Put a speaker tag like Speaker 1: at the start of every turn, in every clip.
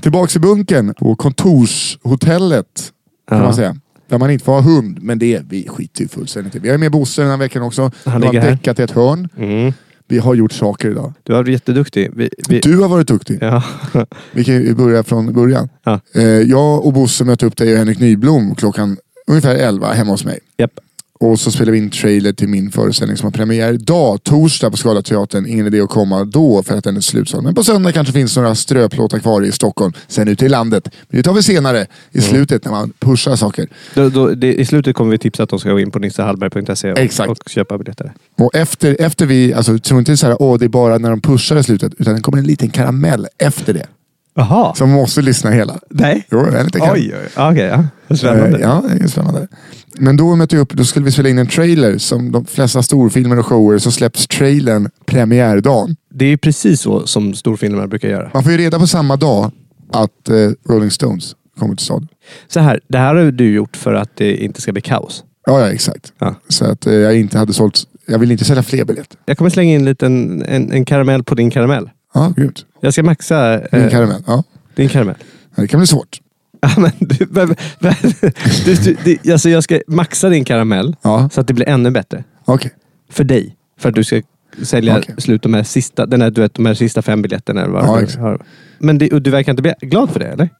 Speaker 1: Tillbaks i bunkern på kontorshotellet. Kan
Speaker 2: Ja.
Speaker 1: man säga. Där man inte får ha hund, men det vi skiter ju fullständigt i. Vi har ju med Bosse den här veckan också. Han har
Speaker 2: ligger här.
Speaker 1: däckat ett hörn.
Speaker 2: Mm.
Speaker 1: Vi har gjort saker idag.
Speaker 2: Du har varit jätteduktig. Vi, vi,
Speaker 1: Du har varit duktig.
Speaker 2: Ja.
Speaker 1: Vi kan ju börja från början.
Speaker 2: Ja.
Speaker 1: Eh, Jag och Bosse mötte upp dig och Henrik Nyblom klockan ungefär 11 hemma hos mig.
Speaker 2: Japp.
Speaker 1: Och så spelade vi in trailer till min föreställning som har premiär idag, torsdag på Scalateatern. Ingen idé att komma då för att den är slutsåld. Men på söndag kanske finns några ströplåtar kvar i Stockholm. Sen ute i landet. Men det tar vi senare i
Speaker 2: Mm.
Speaker 1: slutet när man pushar saker.
Speaker 2: Då, då, det, I slutet kommer vi tipsa att de ska gå in på nissehallberg.se och,
Speaker 1: Exakt.
Speaker 2: och köpa biljetter.
Speaker 1: Och efter, efter vi, alltså tro inte så här, åh det är bara när de pushar i slutet. Utan det kommer en liten karamell efter det.
Speaker 2: Jaha.
Speaker 1: Så man måste lyssna hela.
Speaker 2: Nej.
Speaker 1: Jo, en liten karamell.
Speaker 2: Oj, oj. Ah, Okej, ja. Spännande.
Speaker 1: Eh, Ja, det är spännande. Men då mötte jag upp, då skulle vi spela in en trailer. Som de flesta storfilmer och shower så släpps trailern premiärdagen.
Speaker 2: Det är ju precis så som storfilmer brukar göra.
Speaker 1: Man får ju reda på samma dag att eh, Rolling Stones kommer till stad.
Speaker 2: Så här, det här har du gjort för att det inte ska bli kaos.
Speaker 1: Ja, ja exakt.
Speaker 2: Ja.
Speaker 1: Så att eh, jag inte hade sålt, jag vill inte sälja fler biljetter.
Speaker 2: Jag kommer slänga in en liten, en, en karamell på din karamell.
Speaker 1: Ja, grymt.
Speaker 2: Jag ska maxa eh,
Speaker 1: Min karamell. Ja.
Speaker 2: din karamell.
Speaker 1: Ja, Det kan bli svårt.
Speaker 2: Ja, men du, men, men, du, du, det- alltså jag ska maxa din karamell
Speaker 1: Ja,
Speaker 2: så att det blir ännu bättre.
Speaker 1: okej.
Speaker 2: För dig. För att du ska sälja
Speaker 1: Okej.
Speaker 2: slut de här sista, den här, du vet, de här sista fem biljetterna. Eller vad
Speaker 1: Ja,
Speaker 2: du
Speaker 1: exakt.
Speaker 2: har. Men det, och du verkar inte bli glad för det, eller?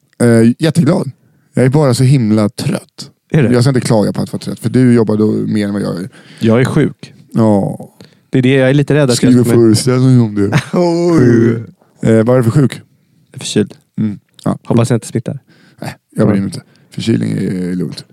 Speaker 1: Eh, jätteglad. Jag är bara så himla trött.
Speaker 2: Är du?
Speaker 1: Jag ska inte klaga på att vara trött, för du jobbar då mer än vad jag gör.
Speaker 2: Jag är sjuk.
Speaker 1: Ja,
Speaker 2: Det är det jag är lite rädd att
Speaker 1: skriver
Speaker 2: jag ska...
Speaker 1: föreställning om det.
Speaker 2: Oj.
Speaker 1: Eh, vad är du för sjuk?
Speaker 2: Jag är förkyld.
Speaker 1: Mm. Ja.
Speaker 2: Hoppas jag inte smittar.
Speaker 1: Nej, jag bryr mig inte. Förkylning är lugnt.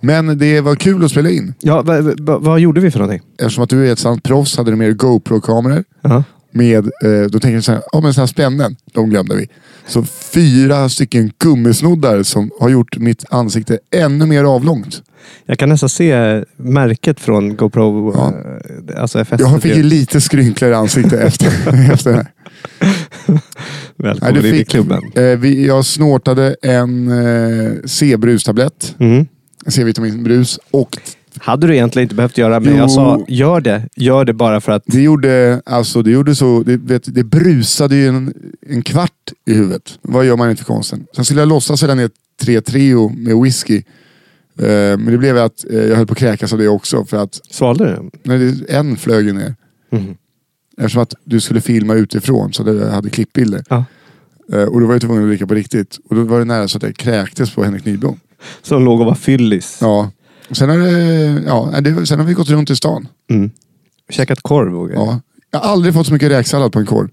Speaker 1: Men det var kul att spela in.
Speaker 2: Ja, va, va, vad gjorde vi för någonting?
Speaker 1: Eftersom att du är ett sant proffs hade du med dig GoPro-kameror.
Speaker 2: Ja.
Speaker 1: Med, eh, då tänker jag så här, ja men så här spännen, de glömde vi. Så fyra stycken gummisnoddar som har gjort mitt ansikte ännu mer avlångt.
Speaker 2: Jag kan nästan se märket från GoPro.
Speaker 1: Ja.
Speaker 2: eh, Alltså FS.
Speaker 1: Jag fick ju lite skrynkligare ansikte efter, efter det här.
Speaker 2: Välkommen
Speaker 1: Nej, du
Speaker 2: in i
Speaker 1: fick-
Speaker 2: klubben.
Speaker 1: Eh, vi, jag snortade en eh, C-brustablett,
Speaker 2: Mm.
Speaker 1: C-vitaminbrus. Och
Speaker 2: Hade du egentligen inte behövt göra, men
Speaker 1: Jo.
Speaker 2: jag sa gör det. Gör det bara för att...
Speaker 1: det gjorde, alltså, det gjorde så, det, vet, det brusade ju en, en kvart i huvudet. Vad gör man inte för konsten? Sen skulle jag låtsas hälla ner tre Trio med whisky. Eh, men det blev att eh, jag höll på att kräkas av det också. För att
Speaker 2: Svalde du?
Speaker 1: när det, en flög ju ner.
Speaker 2: Mhm.
Speaker 1: Eftersom att du skulle filma utifrån så hade jag hade klippbilder.
Speaker 2: Ja.
Speaker 1: Eh, och då var jag tvungen att dricka på riktigt. Och då var det nära så att jag kräktes på Henrik Nyblom.
Speaker 2: Som låg och var fyllis.
Speaker 1: Ja. Och Sen, har det, ja, det, sen har vi gått runt i stan.
Speaker 2: Mm. Käkat korv och grejer.
Speaker 1: Ja. Jag har aldrig fått så mycket räksallad på en korv.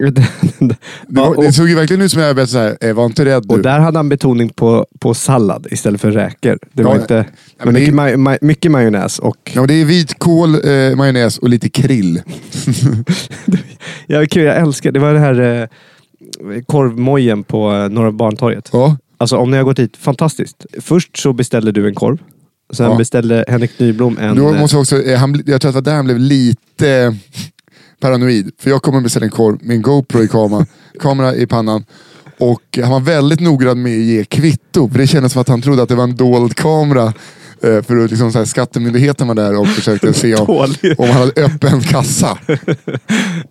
Speaker 1: Det, var,
Speaker 2: Ja, och,
Speaker 1: det såg ju verkligen ut som jag vet, så här, eh, var inte rädd
Speaker 2: och
Speaker 1: du.
Speaker 2: där hade han betoning på, på sallad istället för räkor. Det var
Speaker 1: Ja,
Speaker 2: inte... det var
Speaker 1: men det-
Speaker 2: mycket, maj, maj, mycket majonnäs och...
Speaker 1: Ja, men det är vitkål, eh, majonnäs och lite krill.
Speaker 2: Ja, kul, jag älskar det. var det här eh, korvmojen på eh, Norra Bantorget.
Speaker 1: Ja.
Speaker 2: Alltså om ni har gått dit, fantastiskt. Först så beställde du en korv. Sen
Speaker 1: Ja.
Speaker 2: beställde Henrik Nyblom en...
Speaker 1: Då måste jag, också, eh, han, bli- jag tror att det var där han blev lite eh, paranoid. För jag kommer beställa en korv med en GoPro i kameran, kamera i pannan. Och han var väldigt noggrann med att ge kvitto. För det kändes som att han trodde att det var en dold kamera. eh, För att liksom så här, skattemyndigheten var där och försökte se
Speaker 2: eh,
Speaker 1: om,
Speaker 2: Dålig.
Speaker 1: om han hade öppen kassa.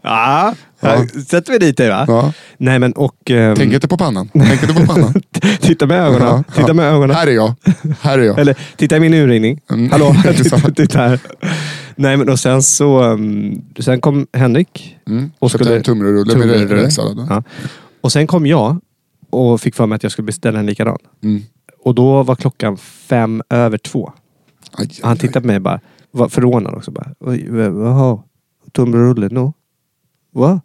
Speaker 2: Ja,
Speaker 1: Ja.
Speaker 2: här sätter vi dit dig va?
Speaker 1: Ja.
Speaker 2: Nej men och... ehm,
Speaker 1: Tänk inte på pannan. Tänk inte på pannan.
Speaker 2: titta med ögonen.
Speaker 1: Ja,
Speaker 2: Titta
Speaker 1: ja.
Speaker 2: med ögonen.
Speaker 1: Här är jag. Här är jag.
Speaker 2: Eller titta i min urringning.
Speaker 1: Mm.
Speaker 2: Hallå, titta,
Speaker 1: Exakt.
Speaker 2: titta här. Nej men och sen så... ehm, sen kom Henrik.
Speaker 1: Mm.
Speaker 2: Och
Speaker 1: Och köpte
Speaker 2: skulle-
Speaker 1: en tumrulle med
Speaker 2: Tumrulle.
Speaker 1: röksallad.
Speaker 2: Ja. Och sen kom jag och fick för mig att jag skulle beställa en likadan.
Speaker 1: Mm.
Speaker 2: Och då var klockan fem över två.
Speaker 1: Aj, aj,
Speaker 2: Han
Speaker 1: aj.
Speaker 2: tittade på mig bara, var förvånad också. Bara, "Oj, va- Jaha, tumrulle nu? Va?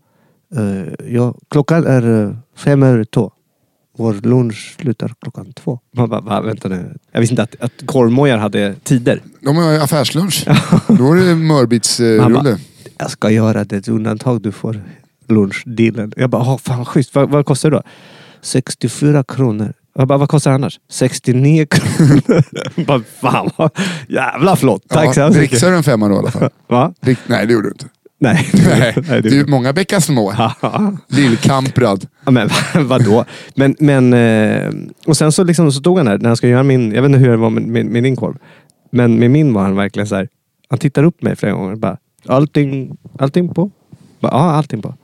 Speaker 2: Eh, ja, klockan är eh, fem över två. Vår lunch slutar klockan två. Man bara, va, vänta nu. Jag visste inte att, att korvmojar hade tider.
Speaker 1: De har affärslunch. Då är det
Speaker 2: Han
Speaker 1: mörbitsrulle.
Speaker 2: bara, jag ska göra det undantag du får lunchdealen. Jag bara, "Jaha, fan vad schysst. Vad, vad kostar det då? 64 kronor. Jag bara, vad kostar det annars? 69 kronor. Jag bara, fan vad jävla flott. Tack så hemskt mycket.
Speaker 1: Dricksade du en femma då i alla fall?
Speaker 2: Va?
Speaker 1: Drick, nej, det gjorde du inte.
Speaker 2: Nej.
Speaker 1: Nej,
Speaker 2: det-
Speaker 1: du, många bäckar små. Lillkamprad.
Speaker 2: Ja, men vadå? Men, men, eh, och sen så, liksom, så tog han där, när han ska göra min, jag vet inte hur det var med, med, med din korv. Men med min var han verkligen så här. Han tittar upp mig flera gånger och bara, allting, allting på? Bara, ja, allting på.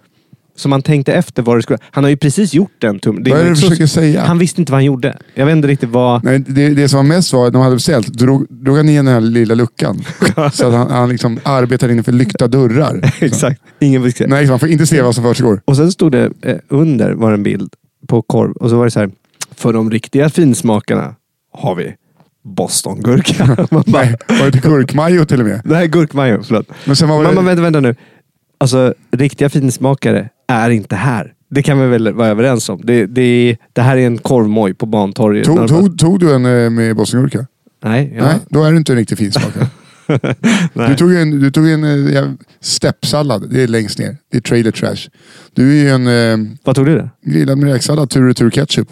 Speaker 2: Så man tänkte efter vad det skulle Han har ju precis gjort den tummen.
Speaker 1: Vad är det du
Speaker 2: så-
Speaker 1: försöker säga?
Speaker 2: liksom- Han visste inte vad han gjorde. Jag vet inte riktigt vad...
Speaker 1: Nej, det, det som var mest var att de hade beställt, drog, drog han igen den här lilla luckan. så att han, han liksom arbetar innanför lyckta dörrar.
Speaker 2: Exakt. Ingen fick se.
Speaker 1: Nej, man får inte se vad som försiggår.
Speaker 2: Och sen stod det eh, under var en bild på korv och så var det så här. För de riktiga finsmakarna har vi bostongurka. Man bara,
Speaker 1: Nej, var det inte gurkmajo till och med?
Speaker 2: Nej, gurkmajo. Förlåt.
Speaker 1: Men sen var det-
Speaker 2: Mamma, vänta, vänta nu. Alltså, riktiga finsmakare är inte här. Det kan vi väl vara överens om. Det, det, det här är en korvmoj på Bantorget.
Speaker 1: Tog,
Speaker 2: När de-
Speaker 1: tog, tog du en eh, med bossengurka?
Speaker 2: Nej, ja.
Speaker 1: Nej, då är du inte en riktig finsmakare.
Speaker 2: Nej.
Speaker 1: Du tog ju en, du tog ju en eh, ja, steppsallad. Det är längst ner. Det är trailer trash. Du är ju en eh,
Speaker 2: Vad tog du det?
Speaker 1: grillad med räksallad tur och retur ketchup.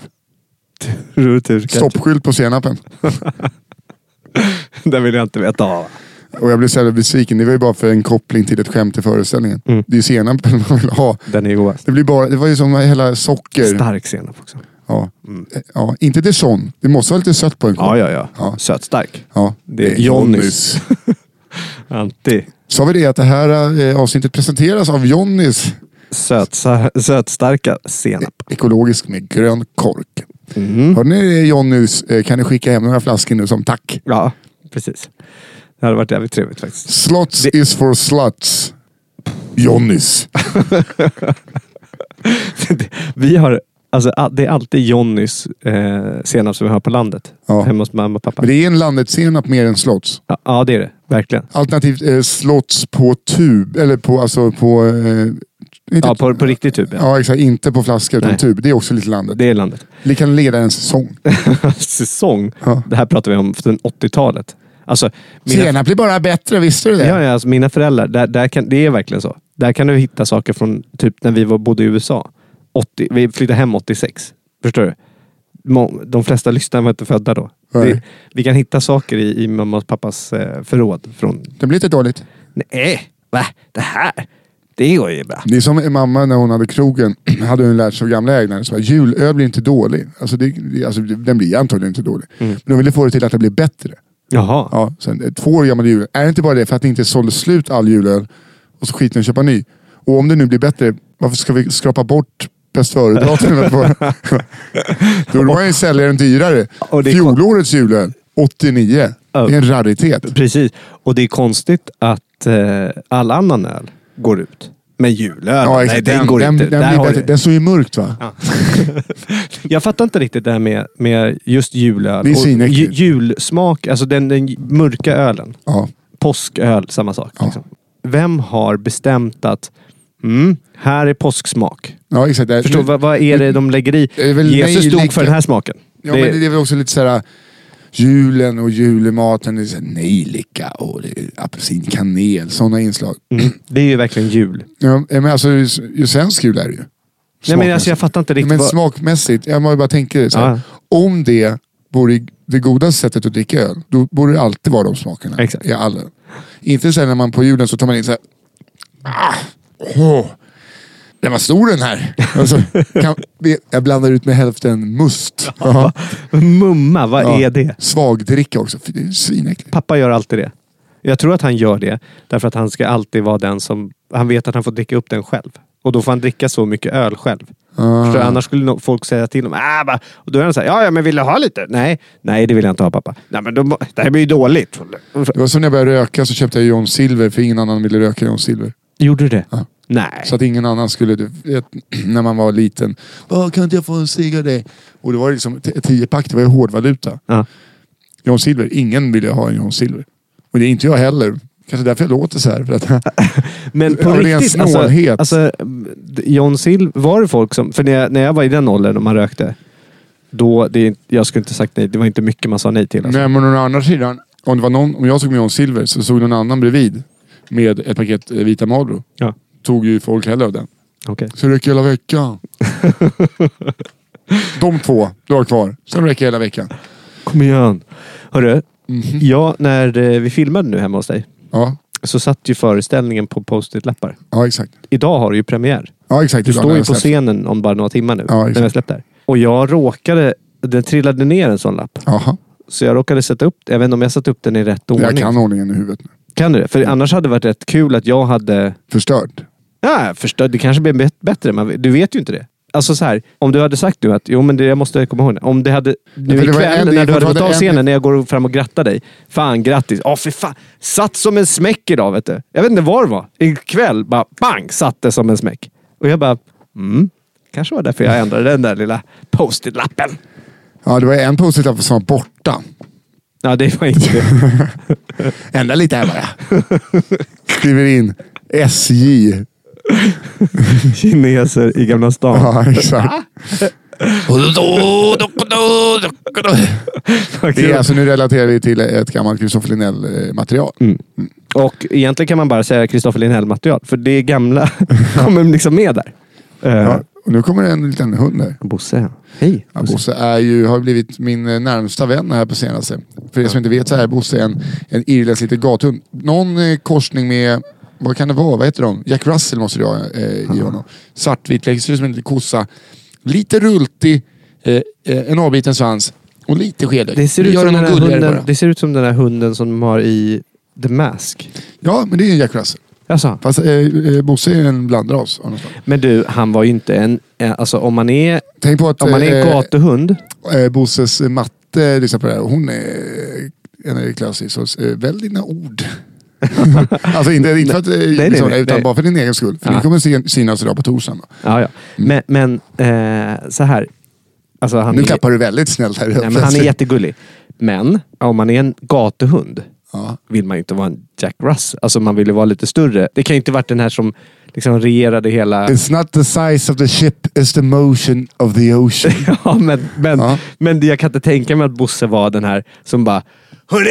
Speaker 2: Rutur.
Speaker 1: Stoppskylt på senapen.
Speaker 2: Det vill jag inte veta av.
Speaker 1: Och jag blev så jävla besviken. Det var ju bara för en koppling till ett skämt i föreställningen.
Speaker 2: Mm.
Speaker 1: Det är ju senapen man vill ha.
Speaker 2: Den är godast.
Speaker 1: Det, blir bara, det var ju som hela socker.
Speaker 2: Stark senap också.
Speaker 1: Ja. Eh, ja, inte det sån. Det måste vara lite sött på en
Speaker 2: Mm. Ja,
Speaker 1: kopp.
Speaker 2: ja, ja.
Speaker 1: Ja.
Speaker 2: Sötstark.
Speaker 1: Ja,
Speaker 2: Det är Johnnys. Anti.
Speaker 1: Sa vi det att det här eh, avsnittet presenteras av Johnnys
Speaker 2: Sötsa, sötstarka senap.
Speaker 1: ekologisk med grön kork.
Speaker 2: Mm.
Speaker 1: Hörde ni det, Johnnys? Eh, Kan ni skicka hem några flaskor nu som tack?
Speaker 2: Ja, precis. Det hade varit jävligt trevligt faktiskt.
Speaker 1: Slots is for sluts. Johnnys.
Speaker 2: Vi har, alltså, a- det är alltid Johnnys eh, senap som vi har på landet.
Speaker 1: Ja.
Speaker 2: Hemma hos mamma och pappa.
Speaker 1: Men det är en Landet-senap mer än Slots.
Speaker 2: Ja, ja, det är det. Verkligen.
Speaker 1: Alternativt eh, Slots på tub. Eller på... Alltså på eh, inte,
Speaker 2: Ja, på, på riktigt typ. Ja.
Speaker 1: ja, exakt. Inte på flaska utan
Speaker 2: Nej.
Speaker 1: tub. Det är också lite Landet.
Speaker 2: Det är landet.
Speaker 1: Det kan leda en säsong.
Speaker 2: Säsong.
Speaker 1: Ja.
Speaker 2: Det här pratar vi om från 80-talet. Alltså, mina,
Speaker 1: Senap blir bara bättre, visste du det?
Speaker 2: ja, ja, alltså, mina föräldrar, där, där kan, det är verkligen så. Där kan du hitta saker från typ när vi var, bodde i USA. 80, vi flyttade hem 86. Förstår du? Må- De flesta lyssnarna var inte födda då.
Speaker 1: Nej.
Speaker 2: Det, vi kan hitta saker i, i mammas och pappas eh, förråd från
Speaker 1: Det blir lite dåligt.
Speaker 2: Nej, va? Det här? Det går ju bra.
Speaker 1: Det är som mamma när hon hade krogen. hade hon lärt sig av gamla ägare. Så här, julöl blir inte dålig. Alltså, det, det, alltså, den blir antagligen inte dålig.
Speaker 2: Mm.
Speaker 1: Men de ville få det till att det blir bättre.
Speaker 2: Jaha.
Speaker 1: Ja, sen, eh, två år gammal jul. Är det inte bara det för att det inte sålde slut all julöl och så skiter de i att köpa ny? Och om det nu blir bättre, varför ska vi skrapa bort bäst före-datumet? på- Då var ju säljaren dyrare.
Speaker 2: Och det är-
Speaker 1: Fjolårets julöl, 89. Det
Speaker 2: Ja.
Speaker 1: är en raritet.
Speaker 2: Precis. Och det är konstigt att eh, all annan öl går ut. Men julöl,
Speaker 1: Ja,
Speaker 2: nej
Speaker 1: exakt.
Speaker 2: den, går
Speaker 1: den,
Speaker 2: inte.
Speaker 1: den,
Speaker 2: Där
Speaker 1: blir
Speaker 2: har
Speaker 1: bättre.
Speaker 2: du-
Speaker 1: den står ju mörkt va?
Speaker 2: Jag fattar inte riktigt det här med, med just julöl.
Speaker 1: Det är
Speaker 2: och
Speaker 1: svinäckligt.
Speaker 2: ju, julsmak, alltså den, den mörka ölen.
Speaker 1: Ja.
Speaker 2: Påsköl, samma sak. Liksom. Vem har bestämt att mm, Här är påsksmak.
Speaker 1: Ja, exakt. Det-
Speaker 2: Förstår, vad, vad är det de lägger i?
Speaker 1: Det är väl
Speaker 2: Jesus
Speaker 1: nejlika.
Speaker 2: stod för den här smaken.
Speaker 1: Ja,
Speaker 2: det,
Speaker 1: men det är väl också lite såhär... Julen och julematen, det är så här nejlika och det är apelsinkanel. Sådana inslag.
Speaker 2: mm, det är ju verkligen jul.
Speaker 1: Ja, men alltså, ju- ju svensk jul är det ju.
Speaker 2: Nej, men alltså, jag fattar inte riktigt.
Speaker 1: Men
Speaker 2: vad-
Speaker 1: smakmässigt, jag bara tänker så här,
Speaker 2: Ja.
Speaker 1: Om det vore det godaste sättet att dricka öl, då borde det alltid vara de smakerna.
Speaker 2: Exakt.
Speaker 1: I alla. Inte sen när man på julen så tar man in så här. Ah, åh, den var stor den här. Alltså, kan, det- jag blandar ut med hälften must. Ja.
Speaker 2: Mumma, vad är det?
Speaker 1: Svagdricka också. Fy, Det är ju svinäckligt.
Speaker 2: Pappa gör alltid det. Jag tror att han gör det därför att han ska alltid vara den som... Han vet att han får dricka upp den själv. Och då får han dricka så mycket öl själv. Förstår du?
Speaker 1: Ah.
Speaker 2: Annars skulle nog folk säga till honom. Ah, va?" och då är han såhär, ja, ja men vill du ha lite? Nej, nej det vill jag inte ha pappa. Nej men då, må- det här blir ju dåligt.
Speaker 1: Det var som när jag började röka så köpte jag John Silver för ingen annan ville röka John Silver.
Speaker 2: Gjorde du det?
Speaker 1: Ja.
Speaker 2: Nej.
Speaker 1: Så att ingen annan skulle, du vet, när man var liten, "Åh, kan inte jag få en cigg av dig? Och det var liksom t- ett tiopack, det var ju hårdvaluta.
Speaker 2: Ja.
Speaker 1: John Silver, ingen ville ha en John Silver. Och det är inte jag heller. Kanske därför jag låter så här. För att,
Speaker 2: Men på
Speaker 1: Av ren
Speaker 2: riktigt. Alltså,
Speaker 1: snålhet.
Speaker 2: alltså, John Silv, var det folk som... För när jag, när jag var i den åldern och man rökte. Då, det, jag skulle inte sagt nej. Det var inte mycket man sa nej till. Alltså.
Speaker 1: Nej, men å andra sidan, om, det var någon, om jag såg med John Silver så såg någon annan bredvid med ett paket eh, vita Marlboro.
Speaker 2: Ja.
Speaker 1: Tog ju folk hellre av den.
Speaker 2: Okej.
Speaker 1: Så det räcker hela veckan. De två du har kvar. Sen räcker hela veckan. Mm.
Speaker 2: Kom igen. Hörru, ja, när eh, vi filmade nu hemma hos dig
Speaker 1: Ja,
Speaker 2: så satt ju föreställningen på post-it-lappar.
Speaker 1: ja exakt.
Speaker 2: Idag har du ju premiär.
Speaker 1: Ja, exakt.
Speaker 2: Du
Speaker 1: Ibland
Speaker 2: står
Speaker 1: har
Speaker 2: ju
Speaker 1: jag
Speaker 2: på
Speaker 1: sett.
Speaker 2: scenen om bara några timmar nu.
Speaker 1: Ja,
Speaker 2: när vi har
Speaker 1: exakt.
Speaker 2: släppt det här. Och jag råkade... Den trillade ner en sån lapp.
Speaker 1: Jaha.
Speaker 2: Så jag råkade sätta upp... Jag vet inte om jag satte upp den i rätt ordning.
Speaker 1: Jag kan ordningen i huvudet nu.
Speaker 2: Kan du det? För annars hade det varit rätt kul att jag hade...
Speaker 1: Förstört.
Speaker 2: Ja, förstår, det kanske blir bet- bättre, men du vet ju inte det. Alltså så här, om du hade sagt nu att, jo men det, jag måste komma ihåg det. Om det hade, nu
Speaker 1: för det var
Speaker 2: ikväll
Speaker 1: en-
Speaker 2: när du hade gått
Speaker 1: fortfarande
Speaker 2: av
Speaker 1: en-
Speaker 2: scenen, när jag går fram och grattar dig. Fan, grattis. Ja, fy fan. Satt som en smäck idag, vet du. Jag vet inte var det var. Ikväll, bara bang, satt det som en smäck. Och jag bara, mm. Kanske var därför jag ändrade den där lilla post-it-lappen.
Speaker 1: Ja, det var en post-it som var borta.
Speaker 2: Ja, det var inte det.
Speaker 1: Ändra lite här bara. Skriver in SJ.
Speaker 2: Kineser i Gamla stan.
Speaker 1: Ja, exakt. Det är, alltså, nu relaterar vi till ett gammalt Kristoffer Linnell-material.
Speaker 2: Och egentligen kan man bara säga Kristoffer Linnell-material, för det gamla kommer liksom med där. Eh,
Speaker 1: Ja, och nu kommer det en liten hund här.
Speaker 2: Bosse. Hej!
Speaker 1: Ja,
Speaker 2: Bosse.
Speaker 1: Bosse är ju, har blivit min eh, närmsta vän här på senaste. För er som inte vet så är Bosse en, en irländsk liten gathund. Någon eh, korsning med, vad kan det vara, vad heter de? Jack Russell måste det vara eh, i honom. Svartvit, lägger sig ut som en liten kossa. Lite rultig, eh, eh, en avbiten svans och lite skelögd.
Speaker 2: Det, ser
Speaker 1: Vi
Speaker 2: ut
Speaker 1: gör
Speaker 2: som den
Speaker 1: honom
Speaker 2: här
Speaker 1: gulligare
Speaker 2: hunden,
Speaker 1: bara.
Speaker 2: det ser ut som den här hunden som de har i The Mask.
Speaker 1: Ja, men det är en Jack Russell.
Speaker 2: Alltså,
Speaker 1: Fast eh, eh, Bosse är en blandras. av något slag.
Speaker 2: men du, han var ju inte en... eh, Alltså om man är,
Speaker 1: Tänk på att
Speaker 2: om man är en
Speaker 1: eh,
Speaker 2: gatuhund.
Speaker 1: eh, Bosses matte lyssnar på det här och hon är en är klassisk. Så eh, välj dina ord. alltså inte, inte för att, eh,
Speaker 2: nej,
Speaker 1: liksom,
Speaker 2: nej,
Speaker 1: utan
Speaker 2: nej.
Speaker 1: bara för din egen skull. För
Speaker 2: Ja.
Speaker 1: ni kommer syn- synas idag på torsdagen. va?
Speaker 2: Ja, ja. Men, men eh, så här. Alltså, han
Speaker 1: Nu
Speaker 2: är,
Speaker 1: klappar du väldigt snällt här.
Speaker 2: nej, men han är jättegullig. Men om man är en gatuhund
Speaker 1: ja.
Speaker 2: vill man ju inte vara en Jack Russell. Alltså man vill ju vara lite större. Det kan ju inte varit den här som liksom regerade hela...
Speaker 1: It's not the size of the ship, it's the motion of the ocean.
Speaker 2: Ja, men, men,
Speaker 1: Ja.
Speaker 2: men jag kan inte tänka mig att Bosse var den här som bara Hörni!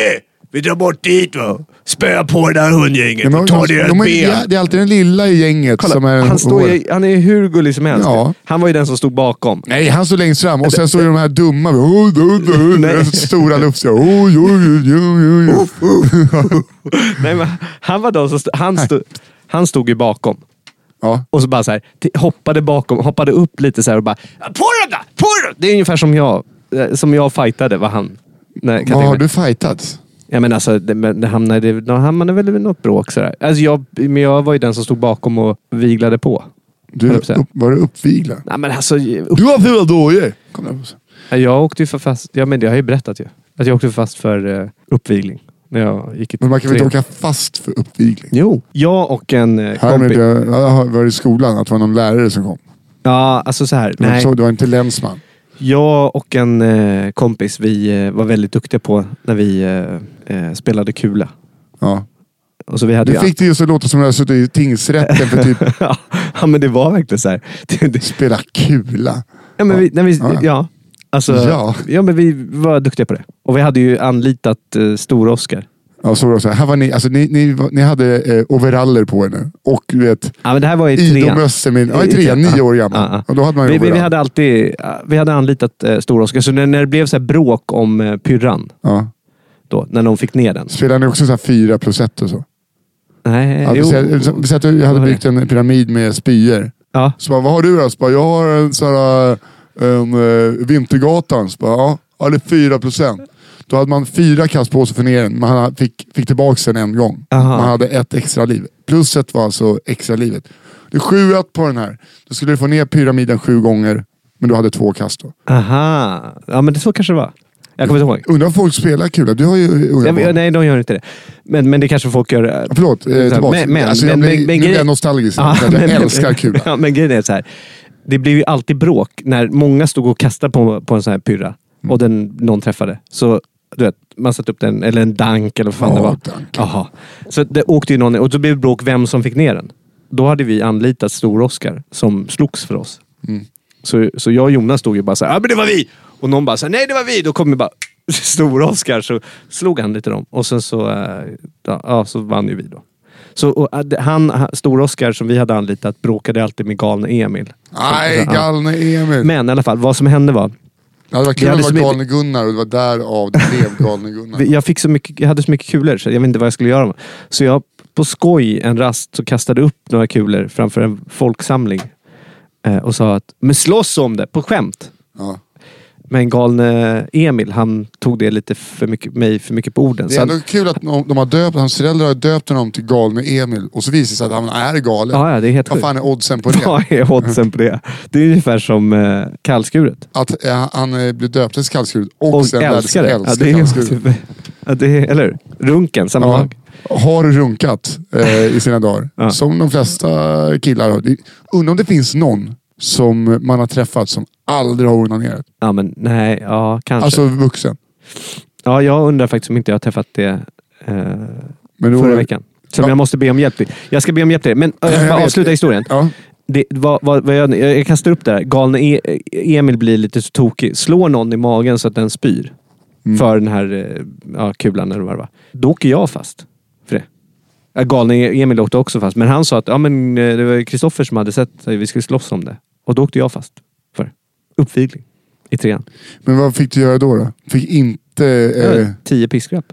Speaker 2: Vi drar bort dit va! Spöa på det där hundgänget
Speaker 1: Nej, men
Speaker 2: och ta
Speaker 1: de-
Speaker 2: deras
Speaker 1: de är-
Speaker 2: ben!
Speaker 1: ja, det är alltid den lilla i gänget som är...
Speaker 2: han, står
Speaker 1: hår.
Speaker 2: ju, han är ju hur gullig som helst.
Speaker 1: Ja. Mm.
Speaker 2: Han var ju den som stod bakom.
Speaker 1: Nej, han står längst fram och sen står ju de här dumma. Oh, oh, oh,
Speaker 2: Äh, Nej.
Speaker 1: stora luftiga. Oj, oj, oj, oj, oj.
Speaker 2: Nej, men, han var den som stod, han, stod, han stod ju bakom.
Speaker 1: Ja.
Speaker 2: Och så bara så här, t- hoppade bakom, hoppade upp lite så här och bara På dem då! På dem! Det är ungefär som jag, eh, som jag fightade var han. Nej,
Speaker 1: Vad
Speaker 2: kan jag tänka
Speaker 1: har
Speaker 2: mig.
Speaker 1: du fightats?
Speaker 2: Ja men alltså, det, men det hamnade, det hamnade väl i något bråk sådär. Alltså jag, men jag var ju den som stod bakom och viglade på.
Speaker 1: Du,
Speaker 2: 100%.
Speaker 1: upp, var du uppviglad?
Speaker 2: Nej men alltså, upp,
Speaker 1: Du har fula dojor! Kom där Bosse.
Speaker 2: jag åkte ju för fast, ja men det har jag ju berättat ju. Att jag åkte för fast för eh, uppvigling. När jag gick i
Speaker 1: Men man kan väl inte
Speaker 2: trean.
Speaker 1: åka fast för uppvigling?
Speaker 2: Jo. Jag och en eh,
Speaker 1: Här med
Speaker 2: kompis.
Speaker 1: det, jag har varit i skolan, att det var någon lärare som kom.
Speaker 2: Ja, alltså så här.
Speaker 1: Det var,
Speaker 2: Nej.
Speaker 1: så, det var inte länsman.
Speaker 2: Jag och en eh, kompis, vi eh, var väldigt duktiga på när vi eh, eh, spelade kula.
Speaker 1: Ja.
Speaker 2: Och så vi hade
Speaker 1: Du
Speaker 2: ju
Speaker 1: fick det ju så låta som att du hade suttit i tingsrätten för typ
Speaker 2: ja, men det var verkligen så här. Det, det,
Speaker 1: spela kula.
Speaker 2: ja, men vi, när vi,
Speaker 1: Ja, ja.
Speaker 2: ja. Alltså,
Speaker 1: Ja.
Speaker 2: ja. men vi var duktiga på det. Och vi hade ju anlitat eh, Stor-Oskar.
Speaker 1: Ja, så var det så här. här var ni, alltså, ni, ni, var- ni hade eh, overaller på er nu. Och du vet,
Speaker 2: Ja, men det här var i trean.
Speaker 1: idromössa. min- Ja, i trean, nio år gammal.
Speaker 2: Ja, ja.
Speaker 1: Och då hade man ju
Speaker 2: Vi, vi, vi,
Speaker 1: overall.
Speaker 2: hade alltid, vi hade anlitat eh, Stor-Oskar, så när, när det blev så här bråk om eh, pyrran,
Speaker 1: Ja.
Speaker 2: då, när någon fick ner den.
Speaker 1: Spelade ni också så här fyra plus ett och så?
Speaker 2: Nej,
Speaker 1: Ja, vi
Speaker 2: Eh, jo.
Speaker 1: säger- vi säger att du hade
Speaker 2: var det.
Speaker 1: byggt en pyramid med spyor.
Speaker 2: Ja.
Speaker 1: Så bara, vad har du då? Så bara, jag har en sån här, en, eh, Vintergatan. Så bara, ja, ja, det är fyra procent. Då hade man fyra kastpåsar för ner den. Man hade- fick, fick tillbaka den en gång.
Speaker 2: Aha.
Speaker 1: Man hade ett extra liv. Plusset var alltså extra livet. Det är 7-1 på den här. Då skulle du få ner pyramiden sju gånger, men du hade två kast då.
Speaker 2: Aha. Ja, men det så kanske det var. Jag kommer inte ihåg.
Speaker 1: Undrar om folk spelar kula? Du har ju unga
Speaker 2: Jag,
Speaker 1: barn.
Speaker 2: nej, de gör inte det. Men, men det kanske folk gör. eh,
Speaker 1: Förlåt, eh, tillbaka.
Speaker 2: Men- men-
Speaker 1: alltså, jag
Speaker 2: men-
Speaker 1: blir,
Speaker 2: men- men
Speaker 1: nu blir jag
Speaker 2: grej-
Speaker 1: nostalgisk.
Speaker 2: Ja,
Speaker 1: för att jag
Speaker 2: men-
Speaker 1: älskar kula.
Speaker 2: Ja, men grejen är så här. Det blev ju alltid bråk när många stod och kastade på, på en sån här pyrra
Speaker 1: Mm.
Speaker 2: och den, någon träffade. Så du vet, man satte upp den, eller en dank eller vad fan
Speaker 1: Ja,
Speaker 2: det var.
Speaker 1: dank.
Speaker 2: Aha. Så det åkte ju någon och då blev det bråk vem som fick ner den. Då hade vi anlitat Stor-Oskar som slogs för oss. Så, så jag och Jonas stod ju bara så här, ah, men det var vi! Och någon bara så här, nej det var vi! Då kom ju bara Stor-Oskar så slog han lite dem. Och sen så, eh, ja, ja, så vann ju vi då. Så och, eh, det- han, han- Stor-Oskar som vi hade anlitat bråkade alltid med galne Emil.
Speaker 1: Nej, galne Emil.
Speaker 2: Men i alla fall, vad som hände var.
Speaker 1: Ja, det var kul
Speaker 2: Vi
Speaker 1: att
Speaker 2: hade
Speaker 1: det var
Speaker 2: som-
Speaker 1: galne Gunnar och det var därav det blev galne Gunnar.
Speaker 2: Vi- Jag, fick så mycket, jag hade så mycket kulor så jag vet inte vad jag skulle göra. med. Så jag på skoj en rast så kastade upp några kulor framför en folksamling. eh, Och sa att, men slåss om det! På skämt.
Speaker 1: Ja.
Speaker 2: Men galne Emil, han tog det lite för mycket, mig för mycket på orden.
Speaker 1: Det är
Speaker 2: Så han-
Speaker 1: ändå kul att de de har döpt, hans föräldrar har döpt honom till galne Emil och så visar det sig att han är galen.
Speaker 2: ja, ja, det är helt
Speaker 1: Vad
Speaker 2: sjukt.
Speaker 1: fan är oddsen på det?
Speaker 2: Vad är oddsen på det? Det är ungefär som eh, kallskuret.
Speaker 1: Att eh, han eh, blev döpt till kallskuret och,
Speaker 2: Och
Speaker 1: sen lärde sig
Speaker 2: älskar det.
Speaker 1: älska
Speaker 2: ja, det är,
Speaker 1: kallskuret.
Speaker 2: typ, ja, det är, eller hur? Runken, samma
Speaker 1: Ja.
Speaker 2: sak.
Speaker 1: Har runkat eh, i sina dagar.
Speaker 2: Ja.
Speaker 1: Som de flesta killar har. Det- Undrar om det finns någon som man har träffat som aldrig har onanerat.
Speaker 2: Ja, men nej, ja, kanske.
Speaker 1: Alltså vuxen.
Speaker 2: ja, jag undrar faktiskt om inte jag har träffat det eh,
Speaker 1: Men då-
Speaker 2: förra veckan. Som
Speaker 1: Ja.
Speaker 2: jag måste be om hjälp till. Jag ska be om hjälp till det. Men
Speaker 1: Ja, jag
Speaker 2: äh,
Speaker 1: vet.
Speaker 2: avsluta historien.
Speaker 1: Ja.
Speaker 2: Det, vad, vad, vad jag, jag kastar upp det här. Galne e, Emil blir lite så tokig. Slår någon i magen så att den spyr.
Speaker 1: Mm.
Speaker 2: För den här eh, ja, kulan eller vad det var. Då åker jag fast. För det. Ja, Galne E- Emil åkte också fast. Men han sa att ja, men, eh, det var ju Kristoffer som hade sett att vi skulle slåss om det. Och då åkte jag fast. För det. uppvigling. I trean.
Speaker 1: Men vad fick du göra då? då? Fick inte... Eh,
Speaker 2: Eh. Tio piskrapp.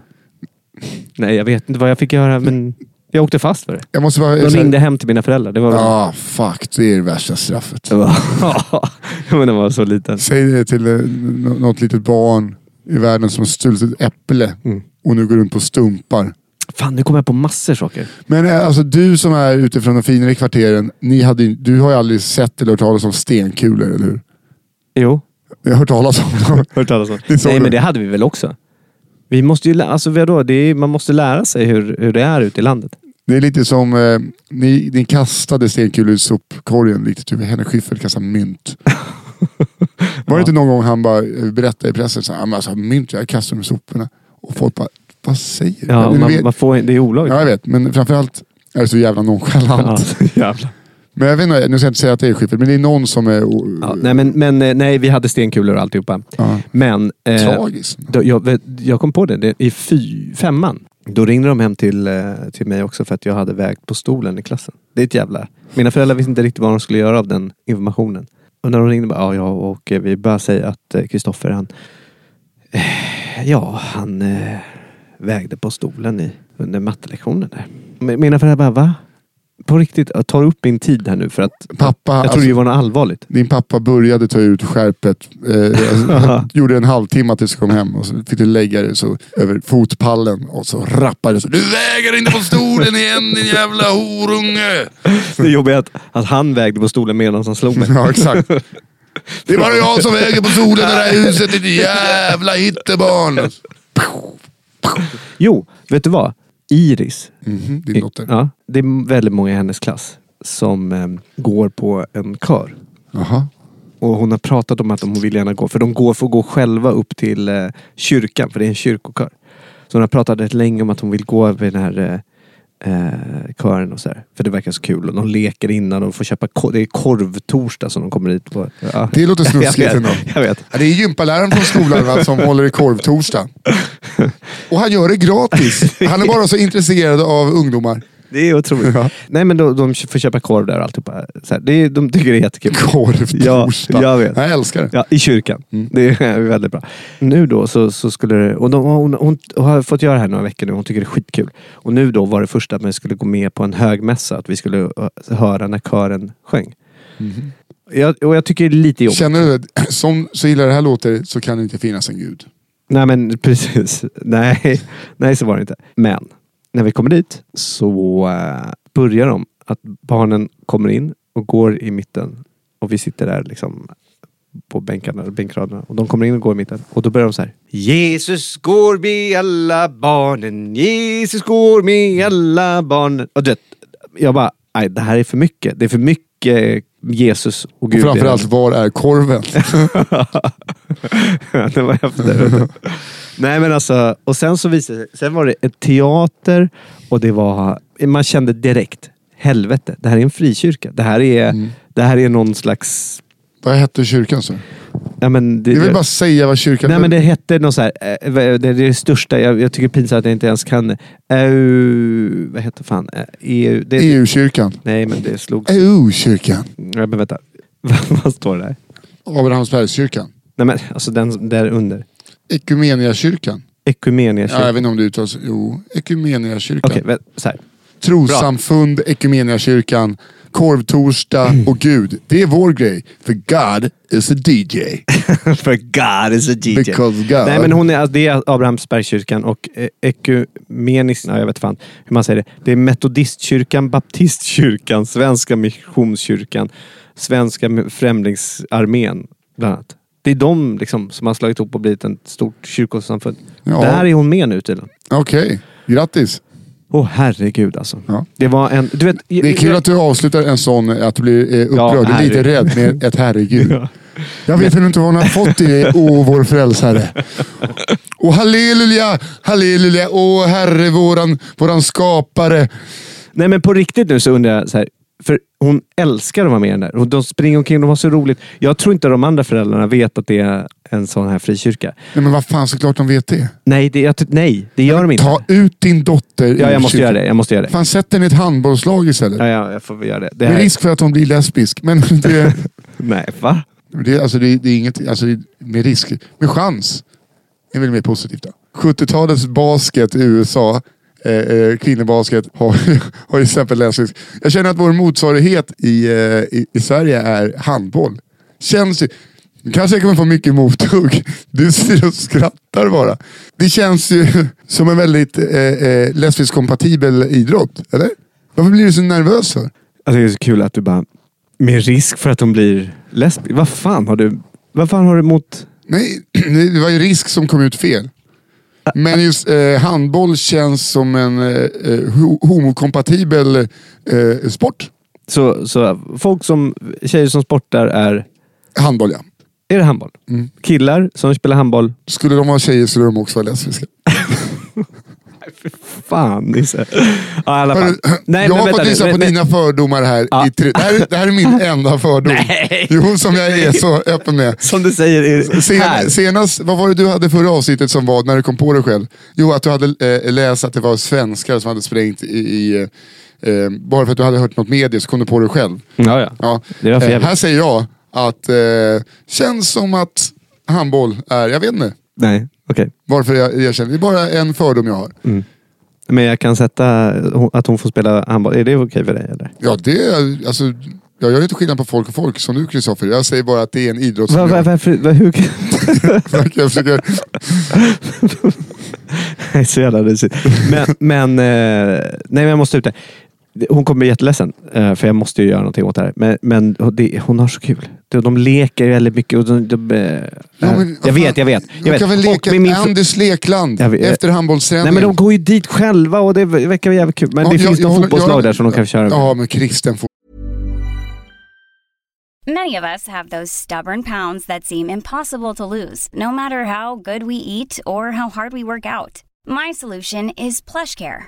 Speaker 2: Nej, jag vet inte vad jag fick göra. Men jag åkte fast för det.
Speaker 1: jag måste bara...
Speaker 2: De ringde hem till mina föräldrar. Det var väl...
Speaker 1: Ja, fuck. Det är det värsta straffet.
Speaker 2: Det var... jag menar, man var så liten.
Speaker 1: Säg det till eh, nå- något litet barn i världen som har stulit ett äpple
Speaker 2: Mm.
Speaker 1: och nu går runt på stumpar.
Speaker 2: Fan, nu kommer jag på massor saker.
Speaker 1: Men eh, alltså du som är utifrån de finare kvarteren, ni hade, ju- du har ju aldrig sett eller hört talas om stenkulor, eller hur?
Speaker 2: Jo.
Speaker 1: Jag har hört talas om dem.
Speaker 2: Hört talas om.
Speaker 1: Det sa
Speaker 2: Nej,
Speaker 1: du.
Speaker 2: men det hade vi väl också. Vi måste ju lä- alltså, vadå? Det är, man måste lära sig hur, hur det är ute i landet.
Speaker 1: Det är lite som, eh, ni, ni kastade stenkulor i sopkorgen, lite typ Henrik Schyffert kastade mynt. Var det inte någon gång han bara eh, berättade i pressen, så, här, "Ja, men alltså, mynt, jag kastar dem i soporna. Och folk bara, vad säger du?
Speaker 2: Ja,
Speaker 1: Men
Speaker 2: man,
Speaker 1: vet-
Speaker 2: man får, det är olagligt.
Speaker 1: Ja, jag vet. Men framförallt är det så jävla nonchalant.
Speaker 2: jävlar.
Speaker 1: Men jag vet inte, nu ska jag inte säga att det är Schyffert, men det är någon som är... o-
Speaker 2: Ja, nej, men, men eh, nej, vi hade stenkulor och alltihopa.
Speaker 1: Ja.
Speaker 2: Men... Eh,
Speaker 1: Tragiskt.
Speaker 2: då, jag, vet- jag kom på det, det i fy, femman. Då ringde de hem till, eh, till mig också för att jag hade vägt på stolen i klassen. Det är ett jävla... Mina föräldrar visste inte riktigt vad de skulle göra av den informationen. Och när de ringde bara, ja, ja och eh, vi började säga att eh, Kristoffer han... Eh, ja, han eh, vägde på stolen i, under mattelektionen där. Men Mina föräldrar bara, va? På riktigt, jag tar upp min tid här nu för att...
Speaker 1: Pappa,
Speaker 2: jag
Speaker 1: alltså,
Speaker 2: trodde det var något allvarligt.
Speaker 1: din pappa började ta ut skärpet. Eh, alltså, han gjorde en halvtimme tills du kom hem och så fick du lägga det så, över fotpallen och så rappade det så. Du väger inte på stolen igen din jävla horunge!
Speaker 2: Det jobbiga är att, att han vägde på stolen medan han slog mig.
Speaker 1: Ja, exakt. Det är bara jag som väger på stolen i det här huset, ditt jävla hittebarn!
Speaker 2: Jo, vet du vad? Iris.
Speaker 1: Mhm, din dotter.
Speaker 2: Ja, det är väldigt många i hennes klass som eh, går på en kör.
Speaker 1: Jaha.
Speaker 2: Och hon har pratat om att de- hon vill gärna gå, för de går, får gå själva upp till eh, kyrkan, för det är en kyrkokör. Så hon har pratat rätt länge om att hon vill gå över den här eh, kören och så här. För det verkar så kul. Och de leker innan de får köpa kor- Det är korvtorsdag som de kommer dit på. Ja.
Speaker 1: Det låter snuskigt
Speaker 2: jag
Speaker 1: ändå.
Speaker 2: vet, jag vet.
Speaker 1: Ja, Det är gympaläraren från skolan va, som håller i korvtorsdag. Och han gör det gratis. Han är bara så intresserad av ungdomar.
Speaker 2: Det är otroligt.
Speaker 1: Ja.
Speaker 2: Nej men de, de får köpa korv där och alltihopa. Så här. Det är, de tycker det är jättekul.
Speaker 1: Korvtorsdag.
Speaker 2: Ja, jag vet.
Speaker 1: jag älskar det.
Speaker 2: Ja, I kyrkan. Det är väldigt bra. Nu då så, så skulle det, och de, hon, hon, hon har fått göra det här några veckor nu. Hon tycker det är skitkul. Och nu då var det första att man skulle gå med på en högmässa. Att vi skulle ö, höra när kören sjöng. Jag, och jag tycker det är lite jobbigt.
Speaker 1: Mm. Känner du att som så illa det här låter så kan det inte finnas en gud.
Speaker 2: Nej men precis. Nej, nej så var det inte. Men när vi kommer dit så eh, börjar de att barnen kommer in och går i mitten. Och vi sitter där liksom på bänkarna, bänkraderna. Och de kommer in och går i mitten. Och då börjar de så här. Jesus går med alla barnen. Jesus går med alla barnen. Och du vet, jag bara, nej det här är för mycket. Det är för mycket Jesus och
Speaker 1: Och
Speaker 2: Gud. i den."
Speaker 1: framförallt, var är korven?
Speaker 2: det var efter. Nej men alltså, och sen så visade det sig- Sen var det en teater och det var... Man kände direkt, helvete, det här är en frikyrka. Det här är,
Speaker 1: Mm.
Speaker 2: det här är någon slags...
Speaker 1: Vad hette kyrkan? Så?
Speaker 2: Ja, men det,
Speaker 1: Jag vill bara säga vad kyrkan
Speaker 2: Nej men det hette något så här, eh, vad- det är det största, jag, jag tycker det är pinsamt att jag inte ens kan... EU, vad heter fan? Eh, EU, det,
Speaker 1: E EU-kyrkan.
Speaker 2: Nej men det slogs...
Speaker 1: E EU-kyrkan.
Speaker 2: Ja, men vänta, vad, vad står det där?
Speaker 1: Abrahamsbergskyrkan.
Speaker 2: Nej men alltså den där under.
Speaker 1: Ekumeniakyrkan.
Speaker 2: Ekumeniakyrkan.
Speaker 1: Ja, jag vet inte om det uttalas... Jo, Ekumeniakyrkan.
Speaker 2: Okej, okay, så här.
Speaker 1: Trossamfund, Ekumeniakyrkan, korvtorsdag
Speaker 2: Mm.
Speaker 1: och Gud. Det är vår grej. För God is a DJ.
Speaker 2: För God is a DJ.
Speaker 1: Because God.
Speaker 2: Nej men hon är, alltså, det är Abrahamsbergskyrkan och eh, ekumenisk, ja, jag vet fan hur man säger det. Det är metodistkyrkan, baptistkyrkan, svenska missionskyrkan, svenska främlingsarmén bland annat. Det är de liksom, som har slagit ihop och blivit ett stort kyrkosamfund.
Speaker 1: Ja.
Speaker 2: Där är hon med nu tydligen.
Speaker 1: Okej, grattis.
Speaker 2: Åh herregud alltså.
Speaker 1: Ja.
Speaker 2: Det var en... Du vet,
Speaker 1: Det är kul att du avslutar en sån, att du blir eh,
Speaker 2: Ja,
Speaker 1: upprörd och lite
Speaker 2: herregud.
Speaker 1: rädd med ett herregud.
Speaker 2: Ja.
Speaker 1: Jag vet inte vad hon har fått i det, o vår frälsare. Och halleluja, halleluja, o herre våran, våran skapare.
Speaker 2: Nej men på riktigt nu så undrar jag så här. För hon älskar att vara med i den där. Och de springer omkring, de har så roligt. Jag tror inte de andra föräldrarna vet att det är en sån här frikyrka.
Speaker 1: Nej men vad fan, såklart de vet det.
Speaker 2: Nej, det, jag, ty- nej, det gör de inte.
Speaker 1: Ta ut din dotter
Speaker 2: Ja,
Speaker 1: ur
Speaker 2: jag måste
Speaker 1: kyrkan.
Speaker 2: göra det. Jag måste göra det.
Speaker 1: Fan, sätt den i ett handbollslag istället.
Speaker 2: Ja, ja, jag får väl göra det. det
Speaker 1: Med
Speaker 2: här,
Speaker 1: risk för att hon blir lesbisk. Men det,
Speaker 2: nej, va?
Speaker 1: det, alltså det, det är inget, alltså det, med risk, med chans. är väl mer positivt då. 70-talets basket i USA, eh, eh, kvinnobasket, har, har ju exempel lesbisk. Jag känner att vår motsvarighet i, eh, i, i Sverige är handboll. Känns ju... nu Kanske jag kommer få mycket mothugg. Du sitter och skrattar bara. Det känns ju som en väldigt eh, eh, lesbisk kompatibel idrott, eller? Varför blir du så nervös för?
Speaker 2: Alltså, det är så kul att du bara... Med risk för att de blir lesbiska. Vad fan har du... Vad fan har du emot...
Speaker 1: Nej, det var ju risk som kom ut fel. Men just eh, handboll känns som en eh, ho- homokompatibel eh, sport.
Speaker 2: Så, så folk som... Tjejer som sportar är...
Speaker 1: Handboll ja.
Speaker 2: Är det handboll?
Speaker 1: Mm.
Speaker 2: Killar som spelar handboll.
Speaker 1: Skulle de vara tjejer skulle de också vara lesbiska.
Speaker 2: Fan Nisse. Ja, i alla fall.
Speaker 1: Hörru, jag har fått lyssna på dina fördomar här.
Speaker 2: Ja.
Speaker 1: I tre... det, här är, det här är min enda fördom.
Speaker 2: Nej.
Speaker 1: Jo, som jag är så öppen med.
Speaker 2: Som du säger är här.
Speaker 1: Sen, senast, vad var det du hade förra avsnittet som var, när du kom på dig själv? Jo, att du hade eh, läst att det var svenskar som hade sprängt i... i eh, bara för att du hade hört något medie så kom du på dig själv.
Speaker 2: Ja, ja.
Speaker 1: Ja.
Speaker 2: Det var för
Speaker 1: eh,
Speaker 2: jävligt.
Speaker 1: här säger jag att eh, känns som att handboll är, jag vet inte
Speaker 2: Nej, okej.
Speaker 1: varför jag erkänner, det är bara en fördom jag har.
Speaker 2: Men jag kan sätta hon- att hon får spela handboll. Är det okej för dig eller?
Speaker 1: Ja, det är, alltså, jag gör inte skillnad på folk och folk som du Kristoffer. Jag säger bara att det är en idrott som
Speaker 2: Va, va,
Speaker 1: jag,
Speaker 2: varför? Va, hur?
Speaker 1: jag försöker,
Speaker 2: Det är så jävla risigt. Men, men, eh, nej, men jag måste ut där. Hon kommer bli jätteledsen, eh, för jag måste ju göra någonting åt det här. Men, men det, hon har så kul. De, de leker väldigt mycket. Och de, de, eh,
Speaker 1: Ja, men,
Speaker 2: jag
Speaker 1: vad
Speaker 2: vet,
Speaker 1: fan,
Speaker 2: jag vet.
Speaker 1: de
Speaker 2: Jag vet.
Speaker 1: kan väl
Speaker 2: Och
Speaker 1: leka
Speaker 2: med min-
Speaker 1: Anders Lekland
Speaker 2: Jag vet.
Speaker 1: efter handbollsträning.
Speaker 2: Nej men de går ju dit själva och det verkar vara jävligt kul. Men det finns några fotbollslag där som de kan köra med.
Speaker 1: Ja, men kristen
Speaker 3: Many of us have those stubborn pounds that seem impossible to lose, no matter how good we eat or how hard we work out. My solution is PlushCare.